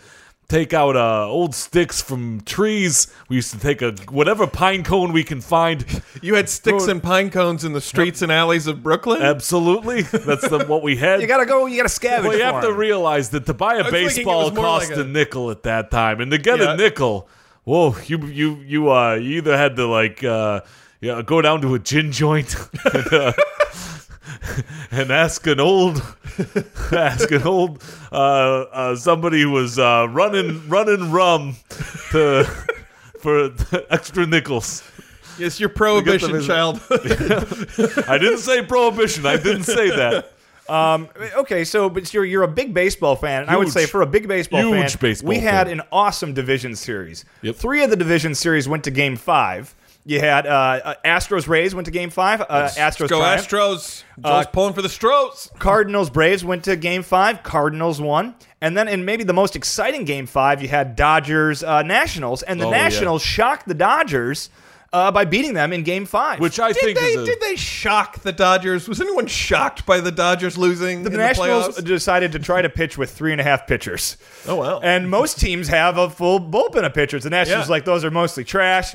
[SPEAKER 3] take out uh, old sticks from trees. We used to take a whatever pine cone we can find.
[SPEAKER 1] You had sticks and pine cones in the streets and alleys of Brooklyn.
[SPEAKER 3] Absolutely, that's the, what we had.
[SPEAKER 2] You gotta go. You gotta scavenge.
[SPEAKER 3] well, you have
[SPEAKER 2] for
[SPEAKER 3] to
[SPEAKER 2] 'em.
[SPEAKER 3] realize that to buy a
[SPEAKER 1] was thinking it
[SPEAKER 3] baseball
[SPEAKER 1] was more
[SPEAKER 3] cost
[SPEAKER 1] like
[SPEAKER 3] a,
[SPEAKER 1] a-
[SPEAKER 3] nickel at that time, and to get
[SPEAKER 1] Yeah.
[SPEAKER 3] a nickel, whoa, you you you uh, you either had to like uh, yeah, go down to a gin joint. and, uh, And ask an old, ask an old, uh, uh, somebody who was uh, running, running rum, to for extra nickels.
[SPEAKER 1] It's your prohibition
[SPEAKER 3] visit.
[SPEAKER 1] child.
[SPEAKER 3] I didn't say prohibition. I didn't say that.
[SPEAKER 2] Um, okay, so but you're you're a big baseball fan, and I would
[SPEAKER 3] Huge.
[SPEAKER 2] say for a big baseball
[SPEAKER 3] Huge
[SPEAKER 2] fan,
[SPEAKER 3] baseball
[SPEAKER 2] we had
[SPEAKER 3] fan.
[SPEAKER 2] an awesome division series.
[SPEAKER 3] Yep.
[SPEAKER 2] Three of the division series went to Game Five. You had uh, uh, Astros Rays went to Game Five. Uh, Astros
[SPEAKER 1] Go
[SPEAKER 2] triumphed.
[SPEAKER 1] Astros. Joe's
[SPEAKER 3] Uh,
[SPEAKER 1] pulling for the Stros.
[SPEAKER 2] Cardinals Braves went to Game Five. Cardinals won, and then in maybe the most exciting Game Five, you had Dodgers uh, Nationals, and the
[SPEAKER 3] Oh, yeah.
[SPEAKER 2] Nationals shocked the Dodgers uh, by beating them in Game Five.
[SPEAKER 3] Which I
[SPEAKER 1] Did
[SPEAKER 3] think
[SPEAKER 1] they,
[SPEAKER 3] is a,
[SPEAKER 1] did they shock the Dodgers? Was anyone shocked by the Dodgers losing
[SPEAKER 2] the
[SPEAKER 1] in
[SPEAKER 2] Nationals
[SPEAKER 1] the playoffs?
[SPEAKER 2] decided to try to pitch with three and a half pitchers.
[SPEAKER 1] Oh, wow.
[SPEAKER 2] And most teams have a full bullpen of pitchers. The Nationals
[SPEAKER 1] Yeah.
[SPEAKER 2] like those are mostly trash.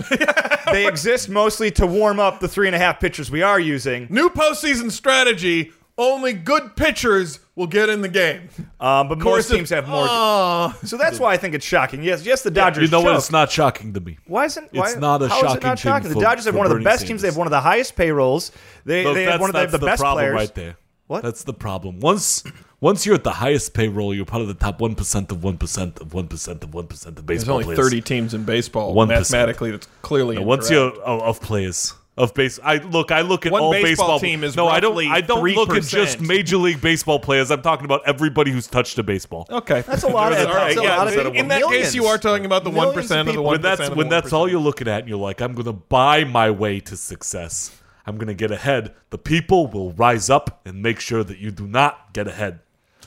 [SPEAKER 2] they exist mostly to warm up the three and a half pitchers we are using.
[SPEAKER 1] New postseason strategy: only good pitchers will get in the game.
[SPEAKER 2] Um, but most
[SPEAKER 1] course, if-
[SPEAKER 2] teams have more.
[SPEAKER 1] Aw.
[SPEAKER 2] so that's why I think it's shocking. Yes, yes, the Dodgers.
[SPEAKER 3] Oh. You know what?
[SPEAKER 2] choked.
[SPEAKER 3] It's not shocking to me.
[SPEAKER 2] Why isn't
[SPEAKER 3] It's
[SPEAKER 2] why,
[SPEAKER 3] not a
[SPEAKER 2] how is it
[SPEAKER 3] shocking
[SPEAKER 2] not
[SPEAKER 3] thing
[SPEAKER 2] shocking? The
[SPEAKER 3] for-
[SPEAKER 2] Dodgers have
[SPEAKER 3] for
[SPEAKER 2] one of the
[SPEAKER 3] Bernie
[SPEAKER 2] best teams.
[SPEAKER 3] Sanders.
[SPEAKER 2] They have one of the highest payrolls. They,
[SPEAKER 3] Look,
[SPEAKER 2] they have
[SPEAKER 3] that's-
[SPEAKER 2] one of the,
[SPEAKER 3] that's
[SPEAKER 2] the best
[SPEAKER 3] problem
[SPEAKER 2] players.
[SPEAKER 3] right there.
[SPEAKER 2] What?
[SPEAKER 3] That's the problem. Once once you're at the highest payroll, you're part of the top one percent of one percent of one percent of one percent of
[SPEAKER 1] There's
[SPEAKER 3] baseball
[SPEAKER 1] only
[SPEAKER 3] players.
[SPEAKER 1] 30 teams in baseball.
[SPEAKER 3] 1%.
[SPEAKER 1] Mathematically, that's clearly
[SPEAKER 3] Now, once
[SPEAKER 1] incorrect.
[SPEAKER 3] you're of, of players of base, I look. I look at
[SPEAKER 1] One
[SPEAKER 3] all
[SPEAKER 1] baseball
[SPEAKER 3] baseball
[SPEAKER 1] team is
[SPEAKER 3] No, I don't.
[SPEAKER 1] roughly
[SPEAKER 3] I don't look at
[SPEAKER 1] 3%.
[SPEAKER 3] just major league baseball players. I'm talking about everybody who's touched a baseball.
[SPEAKER 1] okay. That's
[SPEAKER 2] a lot of-
[SPEAKER 1] all right.
[SPEAKER 2] that's a
[SPEAKER 1] yeah,
[SPEAKER 2] lot of
[SPEAKER 1] in,
[SPEAKER 2] people.
[SPEAKER 1] in that
[SPEAKER 2] Millions.
[SPEAKER 1] case, you are talking about the
[SPEAKER 2] Millions
[SPEAKER 1] one
[SPEAKER 2] of
[SPEAKER 1] percent of the
[SPEAKER 2] people.
[SPEAKER 1] one
[SPEAKER 3] when that's
[SPEAKER 1] of
[SPEAKER 3] when
[SPEAKER 1] the
[SPEAKER 3] that's all
[SPEAKER 1] 1%.
[SPEAKER 3] you're looking at, and you're like, I'm gonna buy my way to success. I'm gonna get ahead. The people will rise up and make sure that you do not get ahead.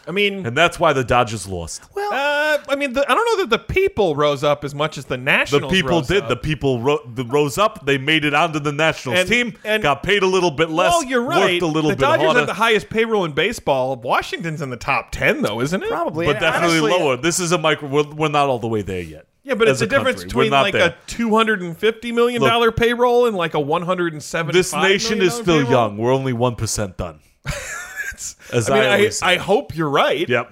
[SPEAKER 1] I mean,
[SPEAKER 3] And that's why the Dodgers lost.
[SPEAKER 1] uh, I mean, the, I don't know that the people rose up as much as the
[SPEAKER 3] the
[SPEAKER 1] Nationals.
[SPEAKER 3] people
[SPEAKER 1] rose
[SPEAKER 3] did.
[SPEAKER 1] up.
[SPEAKER 3] The people ro- the rose up. They made it onto the Nationals
[SPEAKER 1] And-
[SPEAKER 3] team.
[SPEAKER 1] and-
[SPEAKER 3] got paid a little bit less.
[SPEAKER 1] Oh, you're right.
[SPEAKER 3] Worked a little
[SPEAKER 1] the
[SPEAKER 3] bit
[SPEAKER 1] Dodgers
[SPEAKER 3] harder,
[SPEAKER 1] have the highest payroll in baseball. Washington's in the top ten, though, isn't it?
[SPEAKER 2] Probably,
[SPEAKER 3] but
[SPEAKER 2] And
[SPEAKER 3] definitely
[SPEAKER 2] honestly,
[SPEAKER 3] lower. This is a micro. We're, we're not all the way there yet.
[SPEAKER 1] uh, Yeah, but
[SPEAKER 3] As
[SPEAKER 1] it's the
[SPEAKER 3] a country.
[SPEAKER 1] difference
[SPEAKER 3] We're
[SPEAKER 1] between
[SPEAKER 3] not
[SPEAKER 1] like
[SPEAKER 3] there.
[SPEAKER 1] a two hundred and fifty million
[SPEAKER 3] Look,
[SPEAKER 1] dollar payroll and like a one hundred and seventy.
[SPEAKER 3] This nation is still young. We're only one percent done. As
[SPEAKER 1] I mean, I,
[SPEAKER 3] always say.
[SPEAKER 1] I hope you're right.
[SPEAKER 3] yep.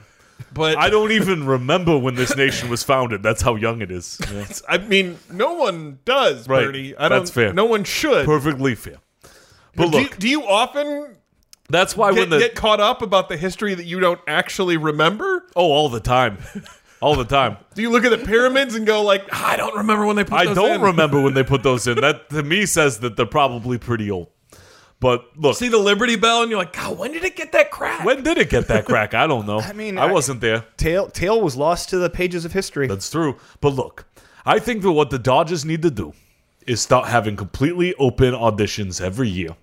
[SPEAKER 1] but
[SPEAKER 3] I
[SPEAKER 1] I,
[SPEAKER 3] don't even remember when this nation was founded. That's how young it is.
[SPEAKER 1] mean, no one does,
[SPEAKER 3] Right.
[SPEAKER 1] Bernie. I don't.
[SPEAKER 3] That's fair.
[SPEAKER 1] No one should.
[SPEAKER 3] Perfectly fair. But
[SPEAKER 1] do, you,
[SPEAKER 3] look,
[SPEAKER 1] do you often
[SPEAKER 3] that's why
[SPEAKER 1] get,
[SPEAKER 3] when the
[SPEAKER 1] get caught up about the history that you don't actually remember?
[SPEAKER 3] oh, all the time, all the time.
[SPEAKER 1] Do you look at the pyramids and go like, "Ah, I don't remember when they put
[SPEAKER 3] I
[SPEAKER 1] those
[SPEAKER 3] don't
[SPEAKER 1] in."
[SPEAKER 3] remember when they put those in. That to me says that they're probably pretty old. But look,
[SPEAKER 1] See the Liberty Bell, and you're like, God, when did it get that crack?
[SPEAKER 3] when did it get that crack? I don't know. I
[SPEAKER 2] mean,
[SPEAKER 3] I
[SPEAKER 2] I-
[SPEAKER 3] wasn't there.
[SPEAKER 2] Tail tail was lost to the pages of history.
[SPEAKER 3] That's true. But look, I think that what the Dodgers need to do is start having completely open auditions every year.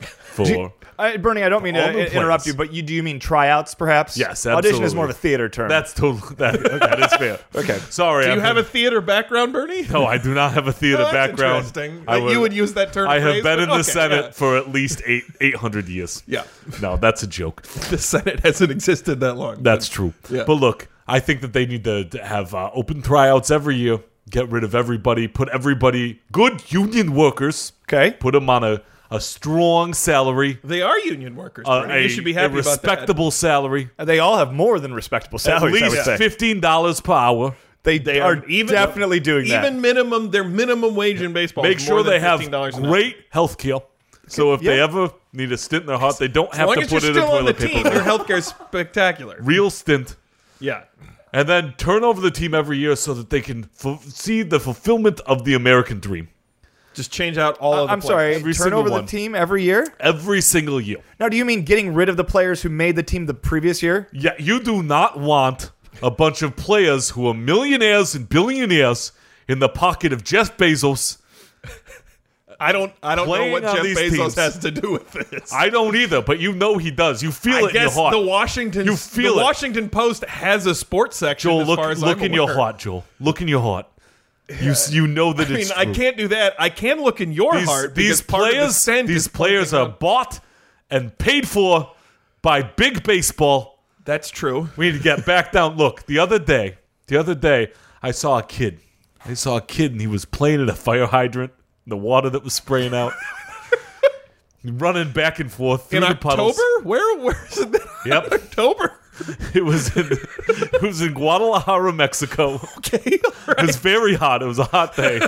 [SPEAKER 3] For
[SPEAKER 2] I, Bernie, I don't mean to
[SPEAKER 3] All the
[SPEAKER 2] i- interrupt
[SPEAKER 3] players.
[SPEAKER 2] you, but you do you mean tryouts, perhaps?
[SPEAKER 3] Yes,
[SPEAKER 2] Audition is
[SPEAKER 3] absolutely.
[SPEAKER 2] more of a theater term.
[SPEAKER 3] that's totally that, that is fair. okay, sorry.
[SPEAKER 1] Do you
[SPEAKER 3] I'm-
[SPEAKER 1] have a theater background, Bernie?
[SPEAKER 3] No, I do not have a theater
[SPEAKER 1] Well, Oh, that's
[SPEAKER 3] background.
[SPEAKER 1] interesting.
[SPEAKER 3] I
[SPEAKER 1] Like, you would use that term
[SPEAKER 3] I have
[SPEAKER 1] phrase,
[SPEAKER 3] been
[SPEAKER 1] but
[SPEAKER 3] in the
[SPEAKER 1] okay,
[SPEAKER 3] Senate
[SPEAKER 1] yeah.
[SPEAKER 3] for at least eight eight hundred years.
[SPEAKER 1] Yeah.
[SPEAKER 3] No, that's a joke.
[SPEAKER 1] The Senate hasn't existed that long.
[SPEAKER 3] That's true.
[SPEAKER 1] Yeah.
[SPEAKER 3] But look, I think that they need to, to have uh, open tryouts every year. Get rid of everybody. Put everybody good union workers.
[SPEAKER 2] Okay.
[SPEAKER 3] Put them on a, a strong salary.
[SPEAKER 1] They are union workers.
[SPEAKER 3] Uh,
[SPEAKER 1] Bernie.
[SPEAKER 3] a,
[SPEAKER 1] you should be happy
[SPEAKER 3] a respectable salary.
[SPEAKER 2] they all have more than respectable
[SPEAKER 3] At
[SPEAKER 2] salaries. I would
[SPEAKER 3] least
[SPEAKER 2] say.
[SPEAKER 3] fifteen dollars per hour.
[SPEAKER 2] they, are,
[SPEAKER 1] even-
[SPEAKER 2] definitely doing
[SPEAKER 1] about that.
[SPEAKER 2] that.
[SPEAKER 1] Even minimum, their minimum wage in baseball.
[SPEAKER 3] Make
[SPEAKER 1] is
[SPEAKER 3] sure
[SPEAKER 1] more than
[SPEAKER 3] they have
[SPEAKER 1] $15 an hour.
[SPEAKER 3] great health care. So if they
[SPEAKER 2] yeah.
[SPEAKER 3] ever need a stint in their heart, they don't
[SPEAKER 1] As
[SPEAKER 3] have
[SPEAKER 1] long
[SPEAKER 3] to
[SPEAKER 1] as you're
[SPEAKER 3] put it in
[SPEAKER 1] still on the
[SPEAKER 3] toilet
[SPEAKER 1] team,
[SPEAKER 3] paper.
[SPEAKER 1] your healthcare is spectacular.
[SPEAKER 3] Real stint.
[SPEAKER 1] Yeah.
[SPEAKER 3] and then turn over the team every year so that they can fu- see the fulfillment of the American dream.
[SPEAKER 1] Just change out all of. The
[SPEAKER 2] I'm
[SPEAKER 1] players.
[SPEAKER 2] sorry.
[SPEAKER 3] Every
[SPEAKER 2] turn
[SPEAKER 3] single
[SPEAKER 2] over
[SPEAKER 3] one.
[SPEAKER 2] the team every year.
[SPEAKER 3] Every single year.
[SPEAKER 2] Now, do you mean getting rid of the players who made the team the previous year?
[SPEAKER 3] Yeah, you do not want a bunch of players who are millionaires and billionaires in the pocket of Jeff Bezos.
[SPEAKER 1] I don't. I don't know
[SPEAKER 3] Playing
[SPEAKER 1] what
[SPEAKER 3] on
[SPEAKER 1] Jeff
[SPEAKER 3] these
[SPEAKER 1] Bezos
[SPEAKER 3] teams.
[SPEAKER 1] has to do with this.
[SPEAKER 3] I don't either, but you know he does. You feel
[SPEAKER 1] I
[SPEAKER 3] it in your
[SPEAKER 1] guess
[SPEAKER 3] heart.
[SPEAKER 1] the Washington
[SPEAKER 3] You feel
[SPEAKER 1] the
[SPEAKER 3] it.
[SPEAKER 1] Washington Post has a sports section.
[SPEAKER 3] Joel,
[SPEAKER 1] as
[SPEAKER 3] look,
[SPEAKER 1] far as
[SPEAKER 3] look
[SPEAKER 1] I'm
[SPEAKER 3] in your
[SPEAKER 1] aware.
[SPEAKER 3] heart, Joel. Look in your heart. You s- you know that
[SPEAKER 1] I mean,
[SPEAKER 3] it's
[SPEAKER 1] I
[SPEAKER 3] true.
[SPEAKER 1] can't do that. I can look in your
[SPEAKER 3] These,
[SPEAKER 1] heart. because
[SPEAKER 3] these
[SPEAKER 1] part of the
[SPEAKER 3] players,
[SPEAKER 1] scent
[SPEAKER 3] these
[SPEAKER 1] is pointing
[SPEAKER 3] players are
[SPEAKER 1] out-
[SPEAKER 3] bought and paid for by big baseball.
[SPEAKER 1] That's true.
[SPEAKER 3] We need to get back down. Look, the other day, the other day, I saw a kid. I saw a kid, and he was playing at a fire hydrant. The water that was spraying out, running back and forth through
[SPEAKER 1] In
[SPEAKER 3] the
[SPEAKER 1] October?
[SPEAKER 3] puddles.
[SPEAKER 1] Where? Where's that?
[SPEAKER 3] Yep.
[SPEAKER 1] October.
[SPEAKER 3] It was in, it was in Guadalajara, Mexico.
[SPEAKER 1] Okay. all
[SPEAKER 3] It
[SPEAKER 1] right.
[SPEAKER 3] was very hot. It was a hot day.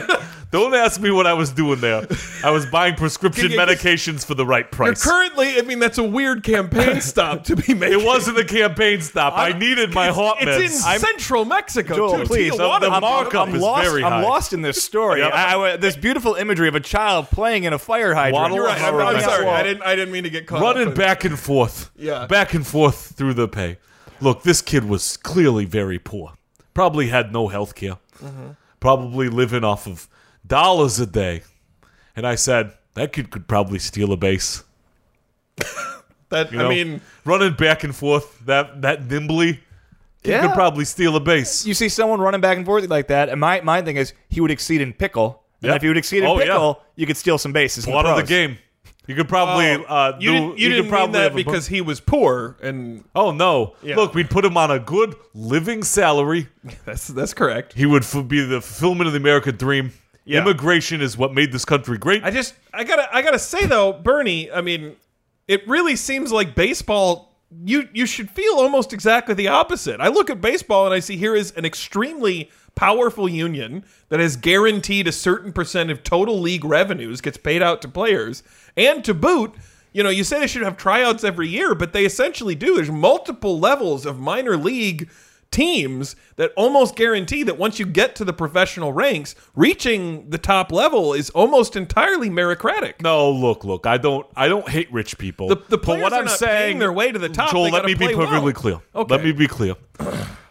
[SPEAKER 3] Don't ask me what I was doing there. I was buying prescription
[SPEAKER 1] Yeah, yeah, 'cause-
[SPEAKER 3] medications for the right
[SPEAKER 1] You're
[SPEAKER 3] price.
[SPEAKER 1] currently. I mean, that's a weird campaign stop to be making.
[SPEAKER 3] It wasn't the campaign stop. I
[SPEAKER 1] I'm-
[SPEAKER 3] needed my hot
[SPEAKER 1] It's
[SPEAKER 3] meds.
[SPEAKER 1] in central Mexico.
[SPEAKER 2] Joel,
[SPEAKER 1] too.
[SPEAKER 2] please,
[SPEAKER 1] Tijuana.
[SPEAKER 3] the
[SPEAKER 1] I'm-
[SPEAKER 3] markup
[SPEAKER 2] I'm
[SPEAKER 3] is
[SPEAKER 2] lost,
[SPEAKER 3] very
[SPEAKER 2] I'm
[SPEAKER 3] high.
[SPEAKER 2] lost in this story.
[SPEAKER 3] Yep.
[SPEAKER 2] I, I- this beautiful imagery of a child playing in a fire hydrant.
[SPEAKER 3] Waddle
[SPEAKER 1] You're right. I'm,
[SPEAKER 3] Horror
[SPEAKER 1] I'm
[SPEAKER 3] Mexico.
[SPEAKER 1] sorry. I didn't. I didn't mean to get caught. up
[SPEAKER 3] running
[SPEAKER 1] in-
[SPEAKER 3] back and forth.
[SPEAKER 1] Yeah.
[SPEAKER 3] Back and forth through the pay. Look, this kid was clearly very poor. Probably had no health care.
[SPEAKER 1] Mm-hmm.
[SPEAKER 3] Probably living off of dollars a day. And I said, that kid could probably steal a base.
[SPEAKER 1] That.
[SPEAKER 3] you
[SPEAKER 1] I
[SPEAKER 3] know?
[SPEAKER 1] mean,
[SPEAKER 3] running back and forth that that nimbly, he
[SPEAKER 2] Yeah.
[SPEAKER 3] could probably steal a base.
[SPEAKER 2] You see someone running back and forth like that, and my, my thing is he would exceed in pickle. And
[SPEAKER 3] Yeah.
[SPEAKER 2] if he would exceed in
[SPEAKER 3] Oh, yeah.
[SPEAKER 2] pickle, you could steal some bases. in
[SPEAKER 3] One of the
[SPEAKER 2] pros.
[SPEAKER 3] game. You could probably uh,
[SPEAKER 1] um, you
[SPEAKER 3] do,
[SPEAKER 1] didn't, you
[SPEAKER 3] could
[SPEAKER 1] didn't mean
[SPEAKER 3] probably
[SPEAKER 1] that
[SPEAKER 3] have a-
[SPEAKER 1] because he was poor, and
[SPEAKER 3] oh no!
[SPEAKER 1] Yeah.
[SPEAKER 3] Look, we'd put him on a good living salary.
[SPEAKER 1] that's that's correct.
[SPEAKER 3] He would f- be the fulfillment of the American dream.
[SPEAKER 1] Yeah.
[SPEAKER 3] Immigration is what made this country great.
[SPEAKER 1] I just I gotta I gotta say though, Bernie, I mean, it really seems like baseball you you should feel almost exactly the opposite. I look at baseball and I see here is an extremely powerful union that has guaranteed a certain percent of total league revenues gets paid out to players. And to boot, you know, you say they should have tryouts every year, but they essentially do. There's multiple levels of minor league teams that almost guarantee that once you get to the professional ranks, reaching the top level is almost entirely meritocratic.
[SPEAKER 3] no, look, look. I don't. I don't hate rich people.
[SPEAKER 1] The- the
[SPEAKER 3] but
[SPEAKER 1] players
[SPEAKER 3] what
[SPEAKER 1] are
[SPEAKER 3] I'm
[SPEAKER 1] not
[SPEAKER 3] saying,
[SPEAKER 1] paying their way to the top.
[SPEAKER 3] Joel,
[SPEAKER 1] They
[SPEAKER 3] let
[SPEAKER 1] gotta
[SPEAKER 3] me be
[SPEAKER 1] play
[SPEAKER 3] perfectly
[SPEAKER 1] well.
[SPEAKER 3] clear.
[SPEAKER 1] Okay.
[SPEAKER 3] Let me be clear.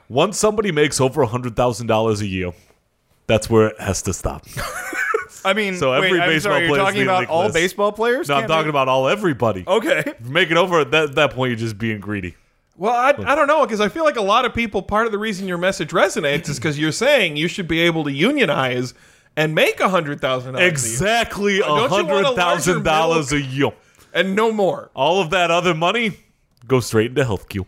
[SPEAKER 3] Once somebody makes over hundred thousand dollars a year, that's where it has to stop.
[SPEAKER 2] I mean,
[SPEAKER 3] So every
[SPEAKER 2] wait, I'm
[SPEAKER 3] baseball
[SPEAKER 2] sorry, you're
[SPEAKER 3] player is
[SPEAKER 2] talking
[SPEAKER 3] the
[SPEAKER 2] about
[SPEAKER 3] elite
[SPEAKER 2] all
[SPEAKER 3] list.
[SPEAKER 2] baseball players?
[SPEAKER 3] No, I'm
[SPEAKER 2] Can't
[SPEAKER 3] talking
[SPEAKER 2] be-
[SPEAKER 3] about all everybody.
[SPEAKER 1] Oh.
[SPEAKER 2] Okay.
[SPEAKER 3] Make it over at that, that point. You're just being greedy.
[SPEAKER 1] Well, I, I don't know because I feel like a lot of people. Part of the reason your message resonates is because you're saying you should be able to unionize and make a hundred thousand dollars
[SPEAKER 3] Exactly
[SPEAKER 1] you
[SPEAKER 3] a
[SPEAKER 1] want a
[SPEAKER 3] hundred thousand dollars
[SPEAKER 1] larger
[SPEAKER 3] a year.
[SPEAKER 1] and no more.
[SPEAKER 3] All of that other money go straight into health queue.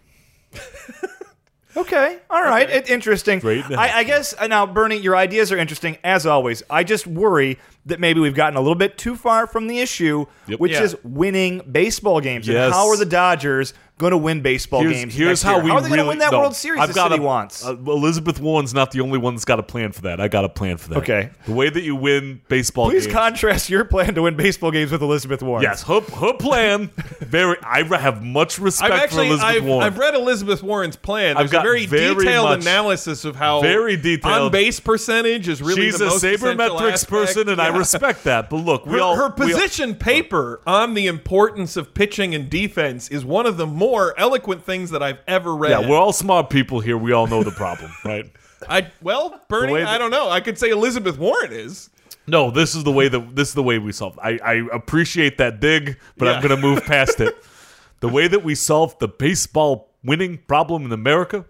[SPEAKER 2] Okay. All right. It, interesting.
[SPEAKER 3] Great.
[SPEAKER 2] I, I guess uh, now, Bernie, your ideas are interesting as always. I just worry that maybe we've gotten a little bit too far from the issue,
[SPEAKER 3] Yep.
[SPEAKER 2] which
[SPEAKER 1] Yeah.
[SPEAKER 2] is winning baseball games.
[SPEAKER 3] Yes.
[SPEAKER 2] And how are the Dodgers going to win baseball
[SPEAKER 3] Here's,
[SPEAKER 2] games?
[SPEAKER 3] here's
[SPEAKER 2] next year?
[SPEAKER 3] how we
[SPEAKER 2] how are they
[SPEAKER 3] really
[SPEAKER 2] to win that
[SPEAKER 3] no,
[SPEAKER 2] World Series
[SPEAKER 3] I've
[SPEAKER 2] the
[SPEAKER 3] got
[SPEAKER 2] city
[SPEAKER 3] a-
[SPEAKER 2] wants?
[SPEAKER 3] uh, Elizabeth Warren's not the only one that's got a plan for that. I got a plan for that.
[SPEAKER 2] Okay.
[SPEAKER 3] The way that you win baseball
[SPEAKER 2] Please
[SPEAKER 3] games.
[SPEAKER 2] contrast your plan to win baseball games with Elizabeth Warren.
[SPEAKER 3] yes, her, her plan. Very. I have much respect
[SPEAKER 1] I've actually
[SPEAKER 3] for Elizabeth
[SPEAKER 1] I've,
[SPEAKER 3] Warren.
[SPEAKER 1] I've read Elizabeth Warren's plan.
[SPEAKER 3] I've
[SPEAKER 1] There's a
[SPEAKER 3] got
[SPEAKER 1] very,
[SPEAKER 3] very
[SPEAKER 1] detailed
[SPEAKER 3] much-
[SPEAKER 1] analysis of how
[SPEAKER 3] very detailed-
[SPEAKER 1] on base percentage is really
[SPEAKER 3] She's
[SPEAKER 1] the
[SPEAKER 3] a
[SPEAKER 1] most essential
[SPEAKER 3] sabermetrics
[SPEAKER 1] aspect.
[SPEAKER 3] person, and I
[SPEAKER 1] Yeah.
[SPEAKER 3] respect that. But look, we
[SPEAKER 1] her,
[SPEAKER 3] all
[SPEAKER 1] her
[SPEAKER 3] we all-
[SPEAKER 1] position paper on the importance of pitching and defense is one of the more eloquent things that I've ever read.
[SPEAKER 3] yeah, we're all smart people here. We all know the problem, right?
[SPEAKER 1] I well,
[SPEAKER 3] The way
[SPEAKER 1] Bernie,
[SPEAKER 3] that-
[SPEAKER 1] I don't know. I could say Elizabeth Warren is.
[SPEAKER 3] No, this is the way that this is the way we solve. I, I appreciate that dig, but I'm
[SPEAKER 1] Yeah.
[SPEAKER 3] going to move past it. The way that we solve the baseball winning problem in America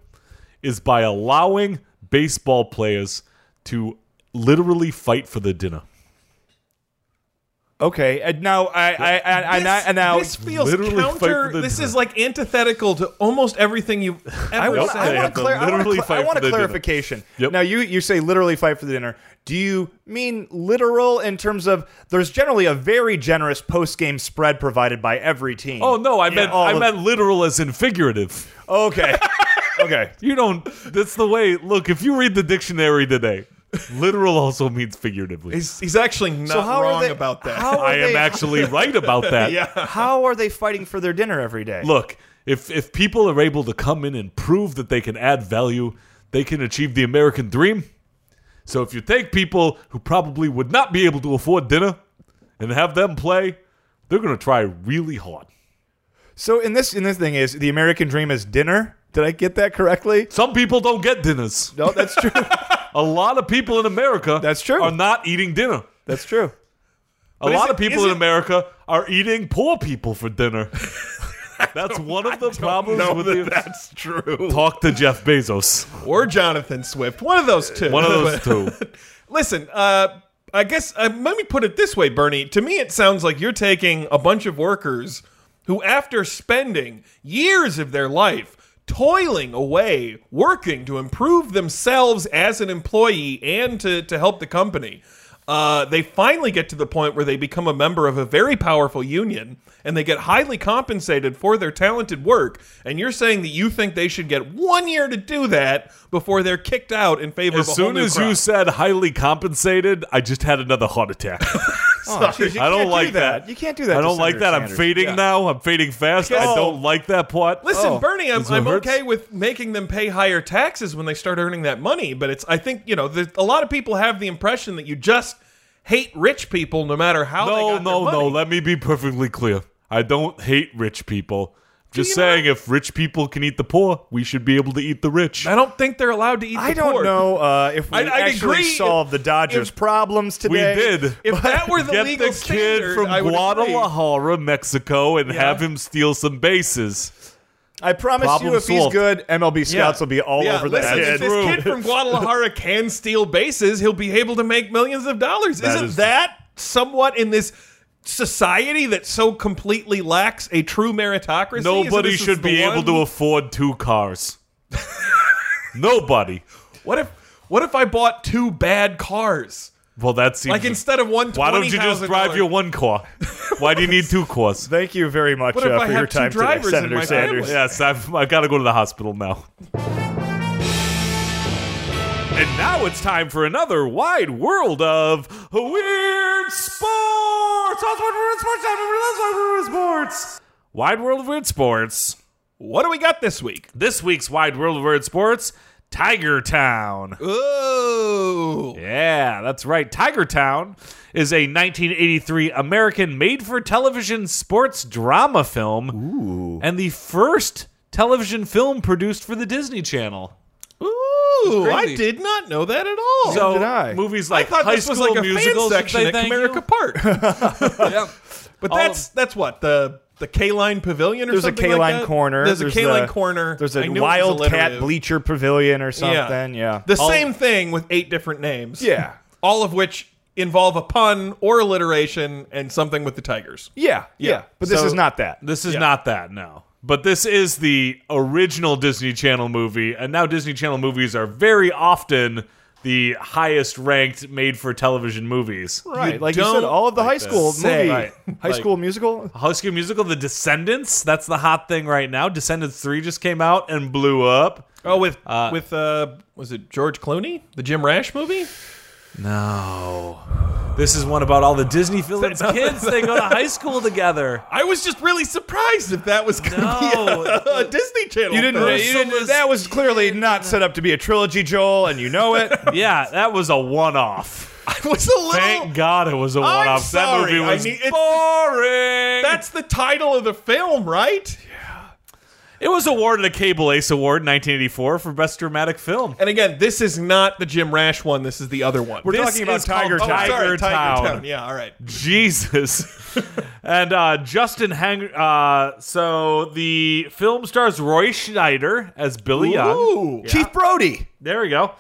[SPEAKER 3] is by allowing baseball players to literally fight for the dinner.
[SPEAKER 2] Okay. And now I I, I, I, and I,
[SPEAKER 1] This-
[SPEAKER 2] and now
[SPEAKER 1] this feels
[SPEAKER 3] Literally fight for
[SPEAKER 1] counter.
[SPEAKER 3] the-
[SPEAKER 1] This is like antithetical to almost everything you've ever
[SPEAKER 3] Nope,
[SPEAKER 1] said.
[SPEAKER 2] I
[SPEAKER 3] they
[SPEAKER 2] want
[SPEAKER 3] have
[SPEAKER 2] to
[SPEAKER 3] to
[SPEAKER 2] clar- I want,
[SPEAKER 3] literally
[SPEAKER 2] to
[SPEAKER 3] fight
[SPEAKER 2] I
[SPEAKER 3] for
[SPEAKER 2] want a
[SPEAKER 3] their dinner.
[SPEAKER 2] clarification.
[SPEAKER 3] Yep.
[SPEAKER 2] Now you you say literally fight for the dinner. Do you mean literal in terms of there's generally a very generous post game spread provided by every team?
[SPEAKER 3] Oh no, I meant
[SPEAKER 2] all
[SPEAKER 3] I
[SPEAKER 2] of-
[SPEAKER 3] meant literal as in figurative.
[SPEAKER 2] okay, okay.
[SPEAKER 3] You don't. That's the way. Look, if you read the dictionary today, literal also means figuratively.
[SPEAKER 1] He's, he's actually not
[SPEAKER 2] So how are
[SPEAKER 1] wrong
[SPEAKER 2] they-
[SPEAKER 1] about that.
[SPEAKER 2] how-
[SPEAKER 3] I
[SPEAKER 2] are
[SPEAKER 3] am
[SPEAKER 2] they-
[SPEAKER 3] actually right about that.
[SPEAKER 1] yeah.
[SPEAKER 2] How are they fighting for their dinner every day?
[SPEAKER 3] look if if people are able to come in and prove that they can add value they can achieve the american dream So if you take people who probably would not be able to afford dinner and have them play, they're going to try really hard.
[SPEAKER 2] So in this in this thing is the American dream is dinner. Did I get that correctly?
[SPEAKER 3] Some people don't get dinners.
[SPEAKER 2] No, that's true.
[SPEAKER 3] A lot of people in America
[SPEAKER 2] That's true.
[SPEAKER 3] are not eating dinner.
[SPEAKER 2] that's true.
[SPEAKER 3] A
[SPEAKER 1] is
[SPEAKER 3] lot
[SPEAKER 1] it-
[SPEAKER 3] of people
[SPEAKER 1] is
[SPEAKER 3] in
[SPEAKER 1] it-
[SPEAKER 3] America are eating poor people for dinner. That's one of the problems with
[SPEAKER 1] that
[SPEAKER 3] the
[SPEAKER 1] that's true.
[SPEAKER 3] talk to Jeff Bezos.
[SPEAKER 1] Or Jonathan Swift, one of those two.
[SPEAKER 3] One of those two.
[SPEAKER 1] Listen, uh, I guess uh, let me put it this way, Bernie. To me, it sounds like you're taking a bunch of workers who, after spending years of their life toiling away, working to improve themselves as an employee and to, to help the company, uh, they finally get to the point where they become a member of a very powerful union and they get highly compensated for their talented work. And you're saying that you think they should get one year to do that before they're kicked out in favor of a
[SPEAKER 3] As
[SPEAKER 1] whole
[SPEAKER 3] soon
[SPEAKER 1] new
[SPEAKER 3] as
[SPEAKER 1] crop.
[SPEAKER 3] you said highly compensated, I just had another heart attack.
[SPEAKER 2] Oh, geez, you
[SPEAKER 3] I don't
[SPEAKER 2] can't do
[SPEAKER 3] like that.
[SPEAKER 2] You can't do that.
[SPEAKER 3] I
[SPEAKER 2] to
[SPEAKER 3] don't like
[SPEAKER 2] Senator
[SPEAKER 3] that. I'm
[SPEAKER 2] Sanders.
[SPEAKER 3] fading
[SPEAKER 1] Yeah.
[SPEAKER 3] now. I'm fading fast. I
[SPEAKER 1] Because-
[SPEAKER 3] don't like that part.
[SPEAKER 1] Listen,
[SPEAKER 2] Oh.
[SPEAKER 1] Bernie, I'm,
[SPEAKER 3] Is it
[SPEAKER 1] I'm
[SPEAKER 3] Hertz?
[SPEAKER 1] okay with making them pay higher taxes when they start earning that money, but it's I think you know the, a lot of people have the impression that you just hate rich people no matter how. they
[SPEAKER 3] no,
[SPEAKER 1] got their
[SPEAKER 3] no, no.
[SPEAKER 1] money.
[SPEAKER 3] Let me be perfectly clear. I don't hate rich people. Just
[SPEAKER 1] you
[SPEAKER 3] saying, if rich people can eat the poor, we should be able to eat the rich.
[SPEAKER 1] I don't think they're allowed to eat.
[SPEAKER 2] I
[SPEAKER 1] the
[SPEAKER 2] don't
[SPEAKER 1] pork.
[SPEAKER 2] know uh, if we
[SPEAKER 1] I'd- I'd
[SPEAKER 2] actually
[SPEAKER 1] agree
[SPEAKER 2] solved
[SPEAKER 1] if-
[SPEAKER 2] the Dodgers'
[SPEAKER 1] if-
[SPEAKER 2] problems
[SPEAKER 3] We
[SPEAKER 2] today.
[SPEAKER 3] did.
[SPEAKER 1] If that were the
[SPEAKER 3] Get
[SPEAKER 1] legal
[SPEAKER 3] the
[SPEAKER 1] standard,
[SPEAKER 3] kid from
[SPEAKER 1] I would agree.
[SPEAKER 3] Guadalajara, Mexico, and have him steal some bases.
[SPEAKER 2] I promise
[SPEAKER 3] Problem
[SPEAKER 2] you, if
[SPEAKER 3] solved.
[SPEAKER 2] he's good, MLB
[SPEAKER 1] Yeah.
[SPEAKER 2] scouts will be all
[SPEAKER 1] Yeah,
[SPEAKER 2] over
[SPEAKER 1] listen,
[SPEAKER 2] that.
[SPEAKER 1] if
[SPEAKER 2] kid.
[SPEAKER 1] this
[SPEAKER 3] True.
[SPEAKER 1] kid from Guadalajara can steal bases, he'll be able to make millions of dollars. is Isn't
[SPEAKER 3] is-
[SPEAKER 1] that somewhat in this society that so completely lacks a true meritocracy? Isn't
[SPEAKER 3] Nobody
[SPEAKER 1] this is
[SPEAKER 3] should
[SPEAKER 1] the
[SPEAKER 3] be able
[SPEAKER 1] one-
[SPEAKER 3] to afford two cars. Nobody.
[SPEAKER 1] What if what if I bought two bad cars?
[SPEAKER 3] Well, that seems.
[SPEAKER 1] Like instead of one,
[SPEAKER 3] why don't you just drive your one car? Why do you need two cars?
[SPEAKER 2] Thank you very much
[SPEAKER 1] What if
[SPEAKER 2] uh,
[SPEAKER 1] I
[SPEAKER 2] for your
[SPEAKER 1] have two
[SPEAKER 2] time today,
[SPEAKER 1] drivers in
[SPEAKER 2] Senator
[SPEAKER 1] my
[SPEAKER 2] Sanders.
[SPEAKER 1] family?
[SPEAKER 3] Yes, I've, I gotta go to the hospital now. And now it's time for another wide world of weird sports. Wide world of weird sports.
[SPEAKER 1] What do we got this week?
[SPEAKER 3] This week's wide world of weird sports: Tiger Town.
[SPEAKER 1] Ooh,
[SPEAKER 3] Yeah, that's right. Tiger Town is a 1983 American made for television sports drama film and the first television film produced for the Disney Channel.
[SPEAKER 1] ooh! I
[SPEAKER 3] crazy.
[SPEAKER 1] did not know that at all.
[SPEAKER 3] So
[SPEAKER 2] did I.
[SPEAKER 3] movies
[SPEAKER 1] Oh, I
[SPEAKER 3] like
[SPEAKER 1] thought
[SPEAKER 3] High
[SPEAKER 1] this was
[SPEAKER 3] School
[SPEAKER 1] like a
[SPEAKER 3] Musicals
[SPEAKER 1] fan section
[SPEAKER 3] they
[SPEAKER 1] at
[SPEAKER 3] thank
[SPEAKER 1] Comerica
[SPEAKER 3] you.
[SPEAKER 1] Park.
[SPEAKER 3] Yeah.
[SPEAKER 1] But
[SPEAKER 3] All
[SPEAKER 1] that's that's what the the K line Pavilion or
[SPEAKER 2] There's a
[SPEAKER 1] something
[SPEAKER 2] K
[SPEAKER 1] like
[SPEAKER 2] line
[SPEAKER 1] that?
[SPEAKER 2] corner.
[SPEAKER 1] There's, a K line
[SPEAKER 2] the-
[SPEAKER 1] corner.
[SPEAKER 2] There's
[SPEAKER 1] I
[SPEAKER 2] a
[SPEAKER 1] knew it was alliterative.
[SPEAKER 2] wildcat bleacher pavilion or something. Yeah.
[SPEAKER 1] the
[SPEAKER 3] All-
[SPEAKER 1] same thing with eight different names.
[SPEAKER 2] Yeah.
[SPEAKER 1] all of which involve a pun or alliteration and something with the tigers.
[SPEAKER 2] yeah, yeah. But this
[SPEAKER 3] So-
[SPEAKER 2] is not that.
[SPEAKER 3] This is
[SPEAKER 1] Yeah.
[SPEAKER 3] not that, no. But this is the original Disney Channel movie, and now Disney Channel movies are very often the highest ranked made for television movies.
[SPEAKER 2] Right. like you said,
[SPEAKER 1] don't
[SPEAKER 2] all of the high school
[SPEAKER 1] say.
[SPEAKER 2] movie,
[SPEAKER 1] Right.
[SPEAKER 2] high school musical.
[SPEAKER 3] High School Musical, The Descendants, that's the hot thing right now. Descendants 3 just came out and blew up.
[SPEAKER 1] Oh, with with uh, was it George Clooney, the Jim Rash movie?
[SPEAKER 3] No. This is one about all the Disney villains kids. They go to high school together.
[SPEAKER 1] I was just really surprised if that was going to
[SPEAKER 3] No.
[SPEAKER 1] be a, a Disney Channel.
[SPEAKER 2] You didn't.
[SPEAKER 1] film.
[SPEAKER 2] you didn't that was clearly not set up to be a trilogy, Joel, and you know it.
[SPEAKER 3] Yeah, that was a one off.
[SPEAKER 1] I was a little.
[SPEAKER 3] Thank God it was a one off. That
[SPEAKER 1] Oh, sorry,
[SPEAKER 3] movie
[SPEAKER 1] I
[SPEAKER 3] was
[SPEAKER 1] need- it's-
[SPEAKER 3] boring.
[SPEAKER 1] That's the title of the film, right?
[SPEAKER 3] It was awarded a Cable Ace Award in 1984 for Best Dramatic Film.
[SPEAKER 1] And again, this is not the Jim Rash one. This is the other one.
[SPEAKER 2] We're
[SPEAKER 3] This
[SPEAKER 2] talking about
[SPEAKER 3] is called
[SPEAKER 2] Tiger
[SPEAKER 1] oh,
[SPEAKER 2] Town.
[SPEAKER 1] sorry,
[SPEAKER 3] Tiger Town.
[SPEAKER 1] Tiger Town. Yeah, all right.
[SPEAKER 3] Jesus. and uh, Justin Hang. Uh, so the film stars Roy Schneider as Billy Young.
[SPEAKER 1] Ooh,
[SPEAKER 2] Chief Brody.
[SPEAKER 3] There we go.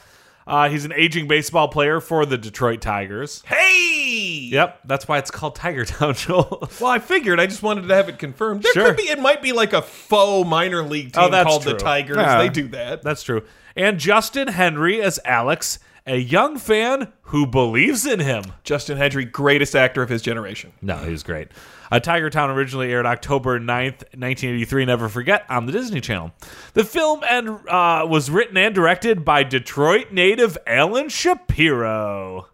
[SPEAKER 3] Uh, he's an aging baseball player for the Detroit Tigers.
[SPEAKER 1] hey.
[SPEAKER 3] Yep, that's why it's called Tiger Town, Joel.
[SPEAKER 1] Well, I figured. I just wanted to have it confirmed. There
[SPEAKER 3] Sure.
[SPEAKER 1] could be. It might be like a faux minor league team
[SPEAKER 3] Oh, that's
[SPEAKER 1] called the
[SPEAKER 3] true.
[SPEAKER 1] Tigers.
[SPEAKER 2] Yeah.
[SPEAKER 1] They do that.
[SPEAKER 3] That's true. And Justin Henry as Alex, a young fan who believes in him.
[SPEAKER 1] Justin Hendry, greatest actor of his generation.
[SPEAKER 3] No, he was great. Uh, Tiger Town originally aired October 9th, 1983, Never Forget, on the Disney Channel. The film and, uh, was written and directed by Detroit native Alan Shapiro.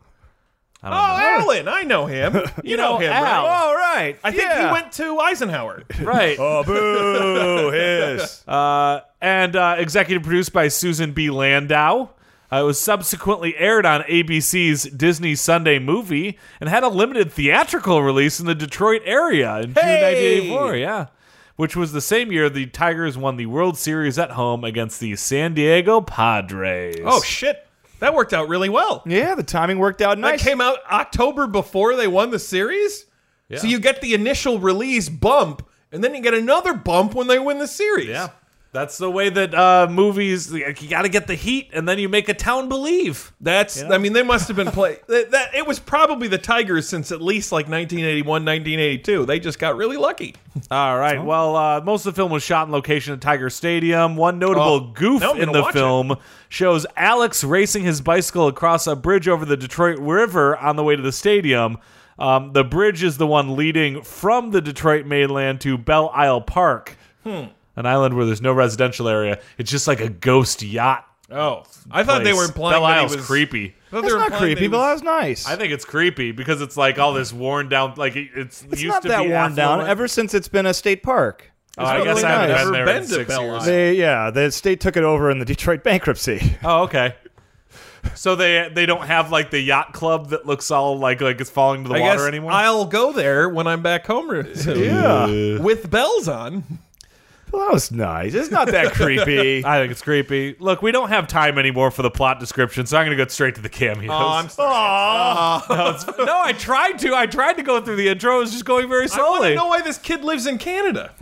[SPEAKER 1] Oh, Alan, I know him. You, know,
[SPEAKER 3] know
[SPEAKER 1] him,
[SPEAKER 3] Al.
[SPEAKER 1] right? Oh,
[SPEAKER 2] All right.
[SPEAKER 1] I think he went to Eisenhower.
[SPEAKER 3] Right.
[SPEAKER 2] Oh, boo! hiss.
[SPEAKER 3] Uh, and uh, executive produced by Susan B. Landau. Uh, it was subsequently aired on ABC's Disney Sunday Movie and had a limited theatrical release in the Detroit area in
[SPEAKER 1] Hey!
[SPEAKER 3] June 1984. Yeah, which was the same year the Tigers won the World Series at home against the San Diego Padres.
[SPEAKER 1] Oh shit, that worked out really well.
[SPEAKER 2] Yeah, the timing worked out
[SPEAKER 1] That
[SPEAKER 2] nice.
[SPEAKER 1] came out October before they won the series. So you get the initial release bump, and then you get another bump when they win the series.
[SPEAKER 3] yeah, that's the way that uh, movies. You got to get the heat, and then you make a town believe.
[SPEAKER 1] That's, I mean, they must have been play. that, that It was probably the Tigers since at least like 1981, 1982. They just got really lucky.
[SPEAKER 3] All right. Well, uh, most of the film was shot in location at Tiger Stadium. One notable
[SPEAKER 1] Oh,
[SPEAKER 3] goof
[SPEAKER 1] now I'm
[SPEAKER 3] in
[SPEAKER 1] gonna
[SPEAKER 3] the
[SPEAKER 1] watch
[SPEAKER 3] film shows Alex racing his bicycle across a bridge over the Detroit River on the way to the stadium. Um, the bridge is the one leading from the Detroit mainland to Belle Isle Park,
[SPEAKER 1] Hmm.
[SPEAKER 3] an island where there's no residential area. It's just like a ghost yacht.
[SPEAKER 1] Oh, I thought they
[SPEAKER 3] place.
[SPEAKER 1] were implying
[SPEAKER 3] Belle
[SPEAKER 1] that he
[SPEAKER 3] Isle's
[SPEAKER 1] was
[SPEAKER 3] creepy.
[SPEAKER 1] I thought they
[SPEAKER 2] That's
[SPEAKER 1] were
[SPEAKER 2] not
[SPEAKER 1] implying that
[SPEAKER 2] creepy,
[SPEAKER 1] he
[SPEAKER 2] but that
[SPEAKER 1] was-
[SPEAKER 2] was nice.
[SPEAKER 3] I think it's creepy because it's like all this worn down. Like it- it's,
[SPEAKER 2] it's
[SPEAKER 3] used
[SPEAKER 2] not
[SPEAKER 3] to
[SPEAKER 2] that
[SPEAKER 3] be
[SPEAKER 2] worn down
[SPEAKER 3] affluent.
[SPEAKER 2] ever since it's been a state park.
[SPEAKER 3] Oh, I
[SPEAKER 1] It's
[SPEAKER 3] guess
[SPEAKER 1] really
[SPEAKER 3] I haven't
[SPEAKER 1] nice.
[SPEAKER 3] been
[SPEAKER 1] Never
[SPEAKER 3] there
[SPEAKER 1] been
[SPEAKER 3] in
[SPEAKER 1] to
[SPEAKER 3] six
[SPEAKER 1] Belle
[SPEAKER 3] years.
[SPEAKER 1] Isle.
[SPEAKER 2] They, yeah, the state took it over in the Detroit bankruptcy.
[SPEAKER 3] Oh, okay. So they they don't have like the yacht club that looks all like like it's falling to the
[SPEAKER 1] I guess
[SPEAKER 3] water anymore.
[SPEAKER 1] I'll go there when I'm back home
[SPEAKER 2] Yeah.
[SPEAKER 1] with bells on.
[SPEAKER 2] Well, that was nice. It's not that creepy.
[SPEAKER 3] I think it's creepy. Look, we don't have time anymore for the plot description, so I'm going to go straight to the cameos.
[SPEAKER 1] Oh, sorry.
[SPEAKER 3] no, I tried to. I tried to go through the intro. It was just going very
[SPEAKER 1] I want to
[SPEAKER 3] slowly.
[SPEAKER 1] know why this kid lives in Canada.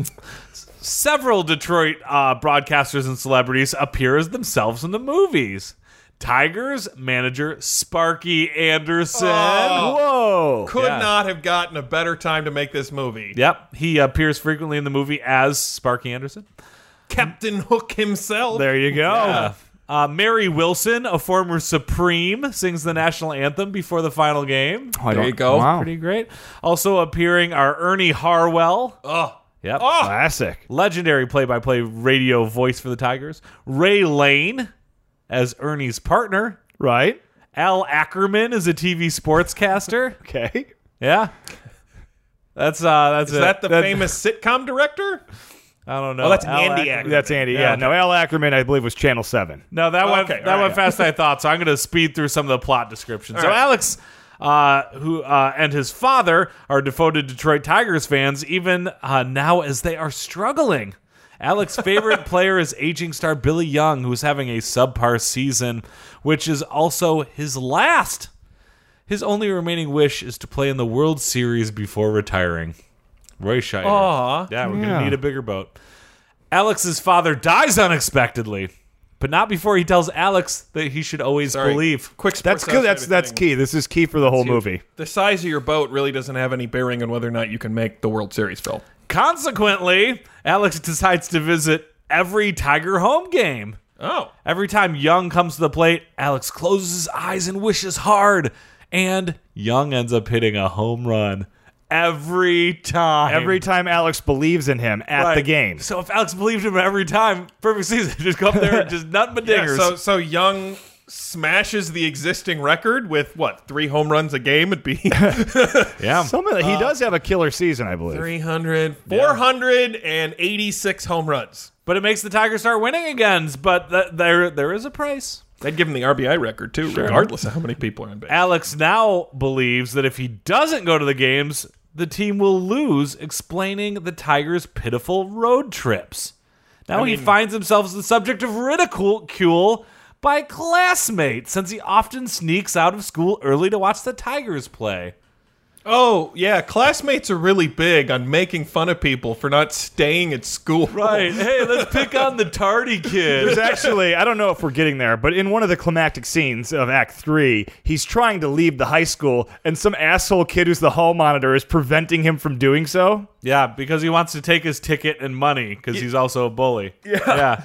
[SPEAKER 3] Several Detroit uh, broadcasters and celebrities appear as themselves in the movies. Tigers manager Sparky Anderson.
[SPEAKER 1] Oh.
[SPEAKER 2] Oh. Whoa.
[SPEAKER 1] Could
[SPEAKER 3] Yeah.
[SPEAKER 1] not have gotten a better time to make this movie.
[SPEAKER 3] Yep, he appears frequently in the movie as Sparky Anderson.
[SPEAKER 1] Captain Hook himself.
[SPEAKER 2] There you go.
[SPEAKER 3] Uh, Mary Wilson, a former Supreme, sings the national anthem before the final game.
[SPEAKER 2] Oh, I
[SPEAKER 1] There
[SPEAKER 2] don't-
[SPEAKER 1] you go.
[SPEAKER 2] Wow.
[SPEAKER 3] Pretty great. Also appearing are Ernie Harwell,
[SPEAKER 1] Oh,
[SPEAKER 3] yep,
[SPEAKER 1] oh,
[SPEAKER 2] Classic.
[SPEAKER 3] legendary play-by-play radio voice for the Tigers. Ray Lane as Ernie's partner.
[SPEAKER 2] Right?
[SPEAKER 3] Al Ackerman is a TV sportscaster.
[SPEAKER 2] Okay.
[SPEAKER 3] yeah, that's uh, that's
[SPEAKER 1] is that the
[SPEAKER 3] That-
[SPEAKER 1] famous sitcom director?
[SPEAKER 3] I don't know.
[SPEAKER 1] Oh, that's
[SPEAKER 3] Al
[SPEAKER 1] Andy
[SPEAKER 3] Ackerman.
[SPEAKER 1] Ackerman.
[SPEAKER 2] That's Andy. Yeah.
[SPEAKER 3] Yeah.
[SPEAKER 2] No, Al Ackerman, I believe, was Channel 7.
[SPEAKER 3] No, that went
[SPEAKER 1] Okay,
[SPEAKER 3] that
[SPEAKER 1] all
[SPEAKER 3] went
[SPEAKER 1] right.
[SPEAKER 3] faster than I thought. So I'm going to speed through some of the plot descriptions. so
[SPEAKER 1] right.
[SPEAKER 3] Alex, uh, who uh, and his father are devoted Detroit Tigers fans, even uh, now as they are struggling. Alex's favorite player is aging star Billy Young, who's having a subpar season, which is also his last. His only remaining wish is to play in the World Series before retiring. Roy Shire.
[SPEAKER 1] Aw.
[SPEAKER 3] yeah, we're
[SPEAKER 2] Yeah.
[SPEAKER 3] gonna need a bigger boat. Alex's father dies unexpectedly, but not before he tells Alex that he should always
[SPEAKER 1] Sorry.
[SPEAKER 3] believe.
[SPEAKER 1] Quick.
[SPEAKER 2] That's
[SPEAKER 1] sports
[SPEAKER 2] good. That's
[SPEAKER 1] illustrated
[SPEAKER 2] that's
[SPEAKER 1] thing.
[SPEAKER 2] key. This is key for the whole movie.
[SPEAKER 1] The size of your boat really doesn't have any bearing on whether or not you can make the World Series, Phil.
[SPEAKER 3] Consequently, Alex decides to visit every Tiger home game.
[SPEAKER 1] Oh,
[SPEAKER 3] Every time Young comes to the plate, Alex closes his eyes and wishes hard, and Young ends up hitting a home run every time.
[SPEAKER 2] Every time Alex believes in him at the
[SPEAKER 3] Right.
[SPEAKER 2] game.
[SPEAKER 3] So if Alex believed him every time, perfect season. Just go up there and just nothing but
[SPEAKER 1] yeah,
[SPEAKER 3] dingers.
[SPEAKER 1] so so Young smashes the existing record with what three home runs a game would be
[SPEAKER 3] yeah.
[SPEAKER 2] Some of the, he does have a killer season, I believe.
[SPEAKER 1] 300 486 home runs
[SPEAKER 3] But it makes the Tigers start winning again. But th- there, there is a price.
[SPEAKER 1] they'd give him the rbi record too regardless of how many people are in base
[SPEAKER 3] Alex now believes that if he doesn't go to the games, the team will lose, explaining the Tigers' pitiful road trips. Now he finds himself as the subject of ridicule by classmates, since he often sneaks out of school early to watch the Tigers play.
[SPEAKER 1] Oh, yeah. Classmates are really big on making fun of people for not staying at school.
[SPEAKER 3] Right. Hey, let's pick on the tardy
[SPEAKER 2] There's
[SPEAKER 3] kid.
[SPEAKER 2] actually, I don't know if we're getting there, but in one of the climactic scenes of Act Three, he's trying to leave the high school, and some asshole kid who's the hall monitor is preventing him from doing so.
[SPEAKER 3] Yeah, because he wants to take his ticket and money because he's also a bully. Yeah.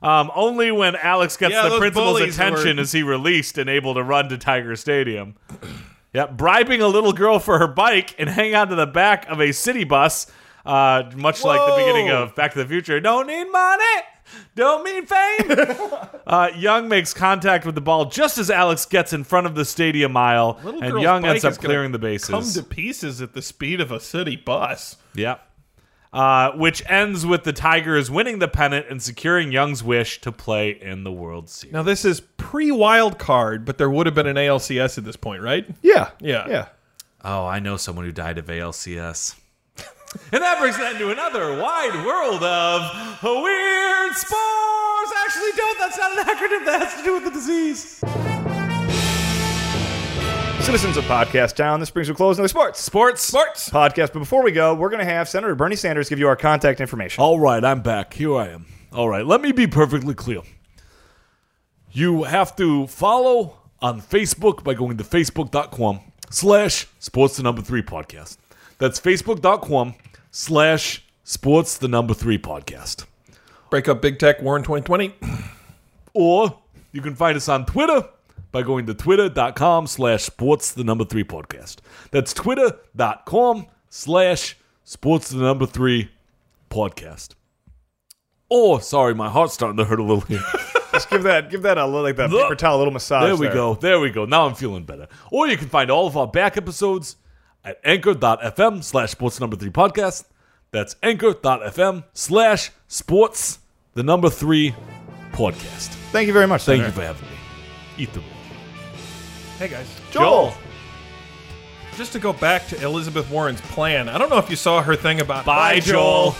[SPEAKER 3] Um, only when Alex gets
[SPEAKER 1] Yeah,
[SPEAKER 3] the
[SPEAKER 1] those
[SPEAKER 3] principal's
[SPEAKER 1] bullies
[SPEAKER 3] attention
[SPEAKER 1] were-
[SPEAKER 3] is he released and able to run to Tiger Stadium. yeah, bribing a little girl for her bike and hang onto the back of a city bus, uh, much like the beginning
[SPEAKER 1] Whoa.
[SPEAKER 3] of Back to the Future. Don't need money, don't mean fame. uh, Young makes contact with the ball just as Alex gets in front of the stadium aisle,
[SPEAKER 1] Little
[SPEAKER 3] and
[SPEAKER 1] girl's
[SPEAKER 3] Young
[SPEAKER 1] bike
[SPEAKER 3] ends up
[SPEAKER 1] is gonna
[SPEAKER 3] clearing the bases.
[SPEAKER 1] Come to pieces at the speed of a city bus.
[SPEAKER 3] Yep. uh, which ends with the Tigers winning the pennant and securing Young's wish to play in the World Series.
[SPEAKER 1] Now this is pre wild card, but there would have been an ALCS at this point, right?
[SPEAKER 2] Yeah.
[SPEAKER 1] Yeah.
[SPEAKER 2] Yeah.
[SPEAKER 3] Oh, I know someone who died of ALCS. and that brings us into another wide world of weird sports. Actually, don't. That's not an acronym. That has to do with the disease.
[SPEAKER 2] Citizens of Podcast Town, this brings to a close another sports
[SPEAKER 3] Sports.
[SPEAKER 1] Sports.
[SPEAKER 2] podcast. But before we go, we're going to have Senator Bernie Sanders give you our contact information.
[SPEAKER 3] All right, I'm back. Here I am. All right, let me be perfectly clear. You have to follow on Facebook by going to facebook.com slash sports the number three podcast. That's facebook.com slash sports the number three podcast.
[SPEAKER 1] Break up big tech. Warren 2020.
[SPEAKER 3] Or you can find us on Twitter by going to twitter.com slash sports the number three podcast. That's twitter.com slash sports the number three podcast. Or, sorry, my heart's starting to hurt a little here.
[SPEAKER 2] Just give that, give that a little, like that paper towel, a little massage.
[SPEAKER 3] There we go. There we go. Now I'm feeling better. Or you can find all of our back episodes at anchor.fm slash sports number three podcast. That's anchor.fm slash sports the number three podcast.
[SPEAKER 2] Thank you very much.
[SPEAKER 3] Thank you
[SPEAKER 2] Senator.
[SPEAKER 3] for having me. Eat the
[SPEAKER 1] Hey guys.
[SPEAKER 2] Joel.
[SPEAKER 1] Just to go back to Elizabeth Warren's plan, I don't know if you saw her thing about
[SPEAKER 3] Bye, Joel.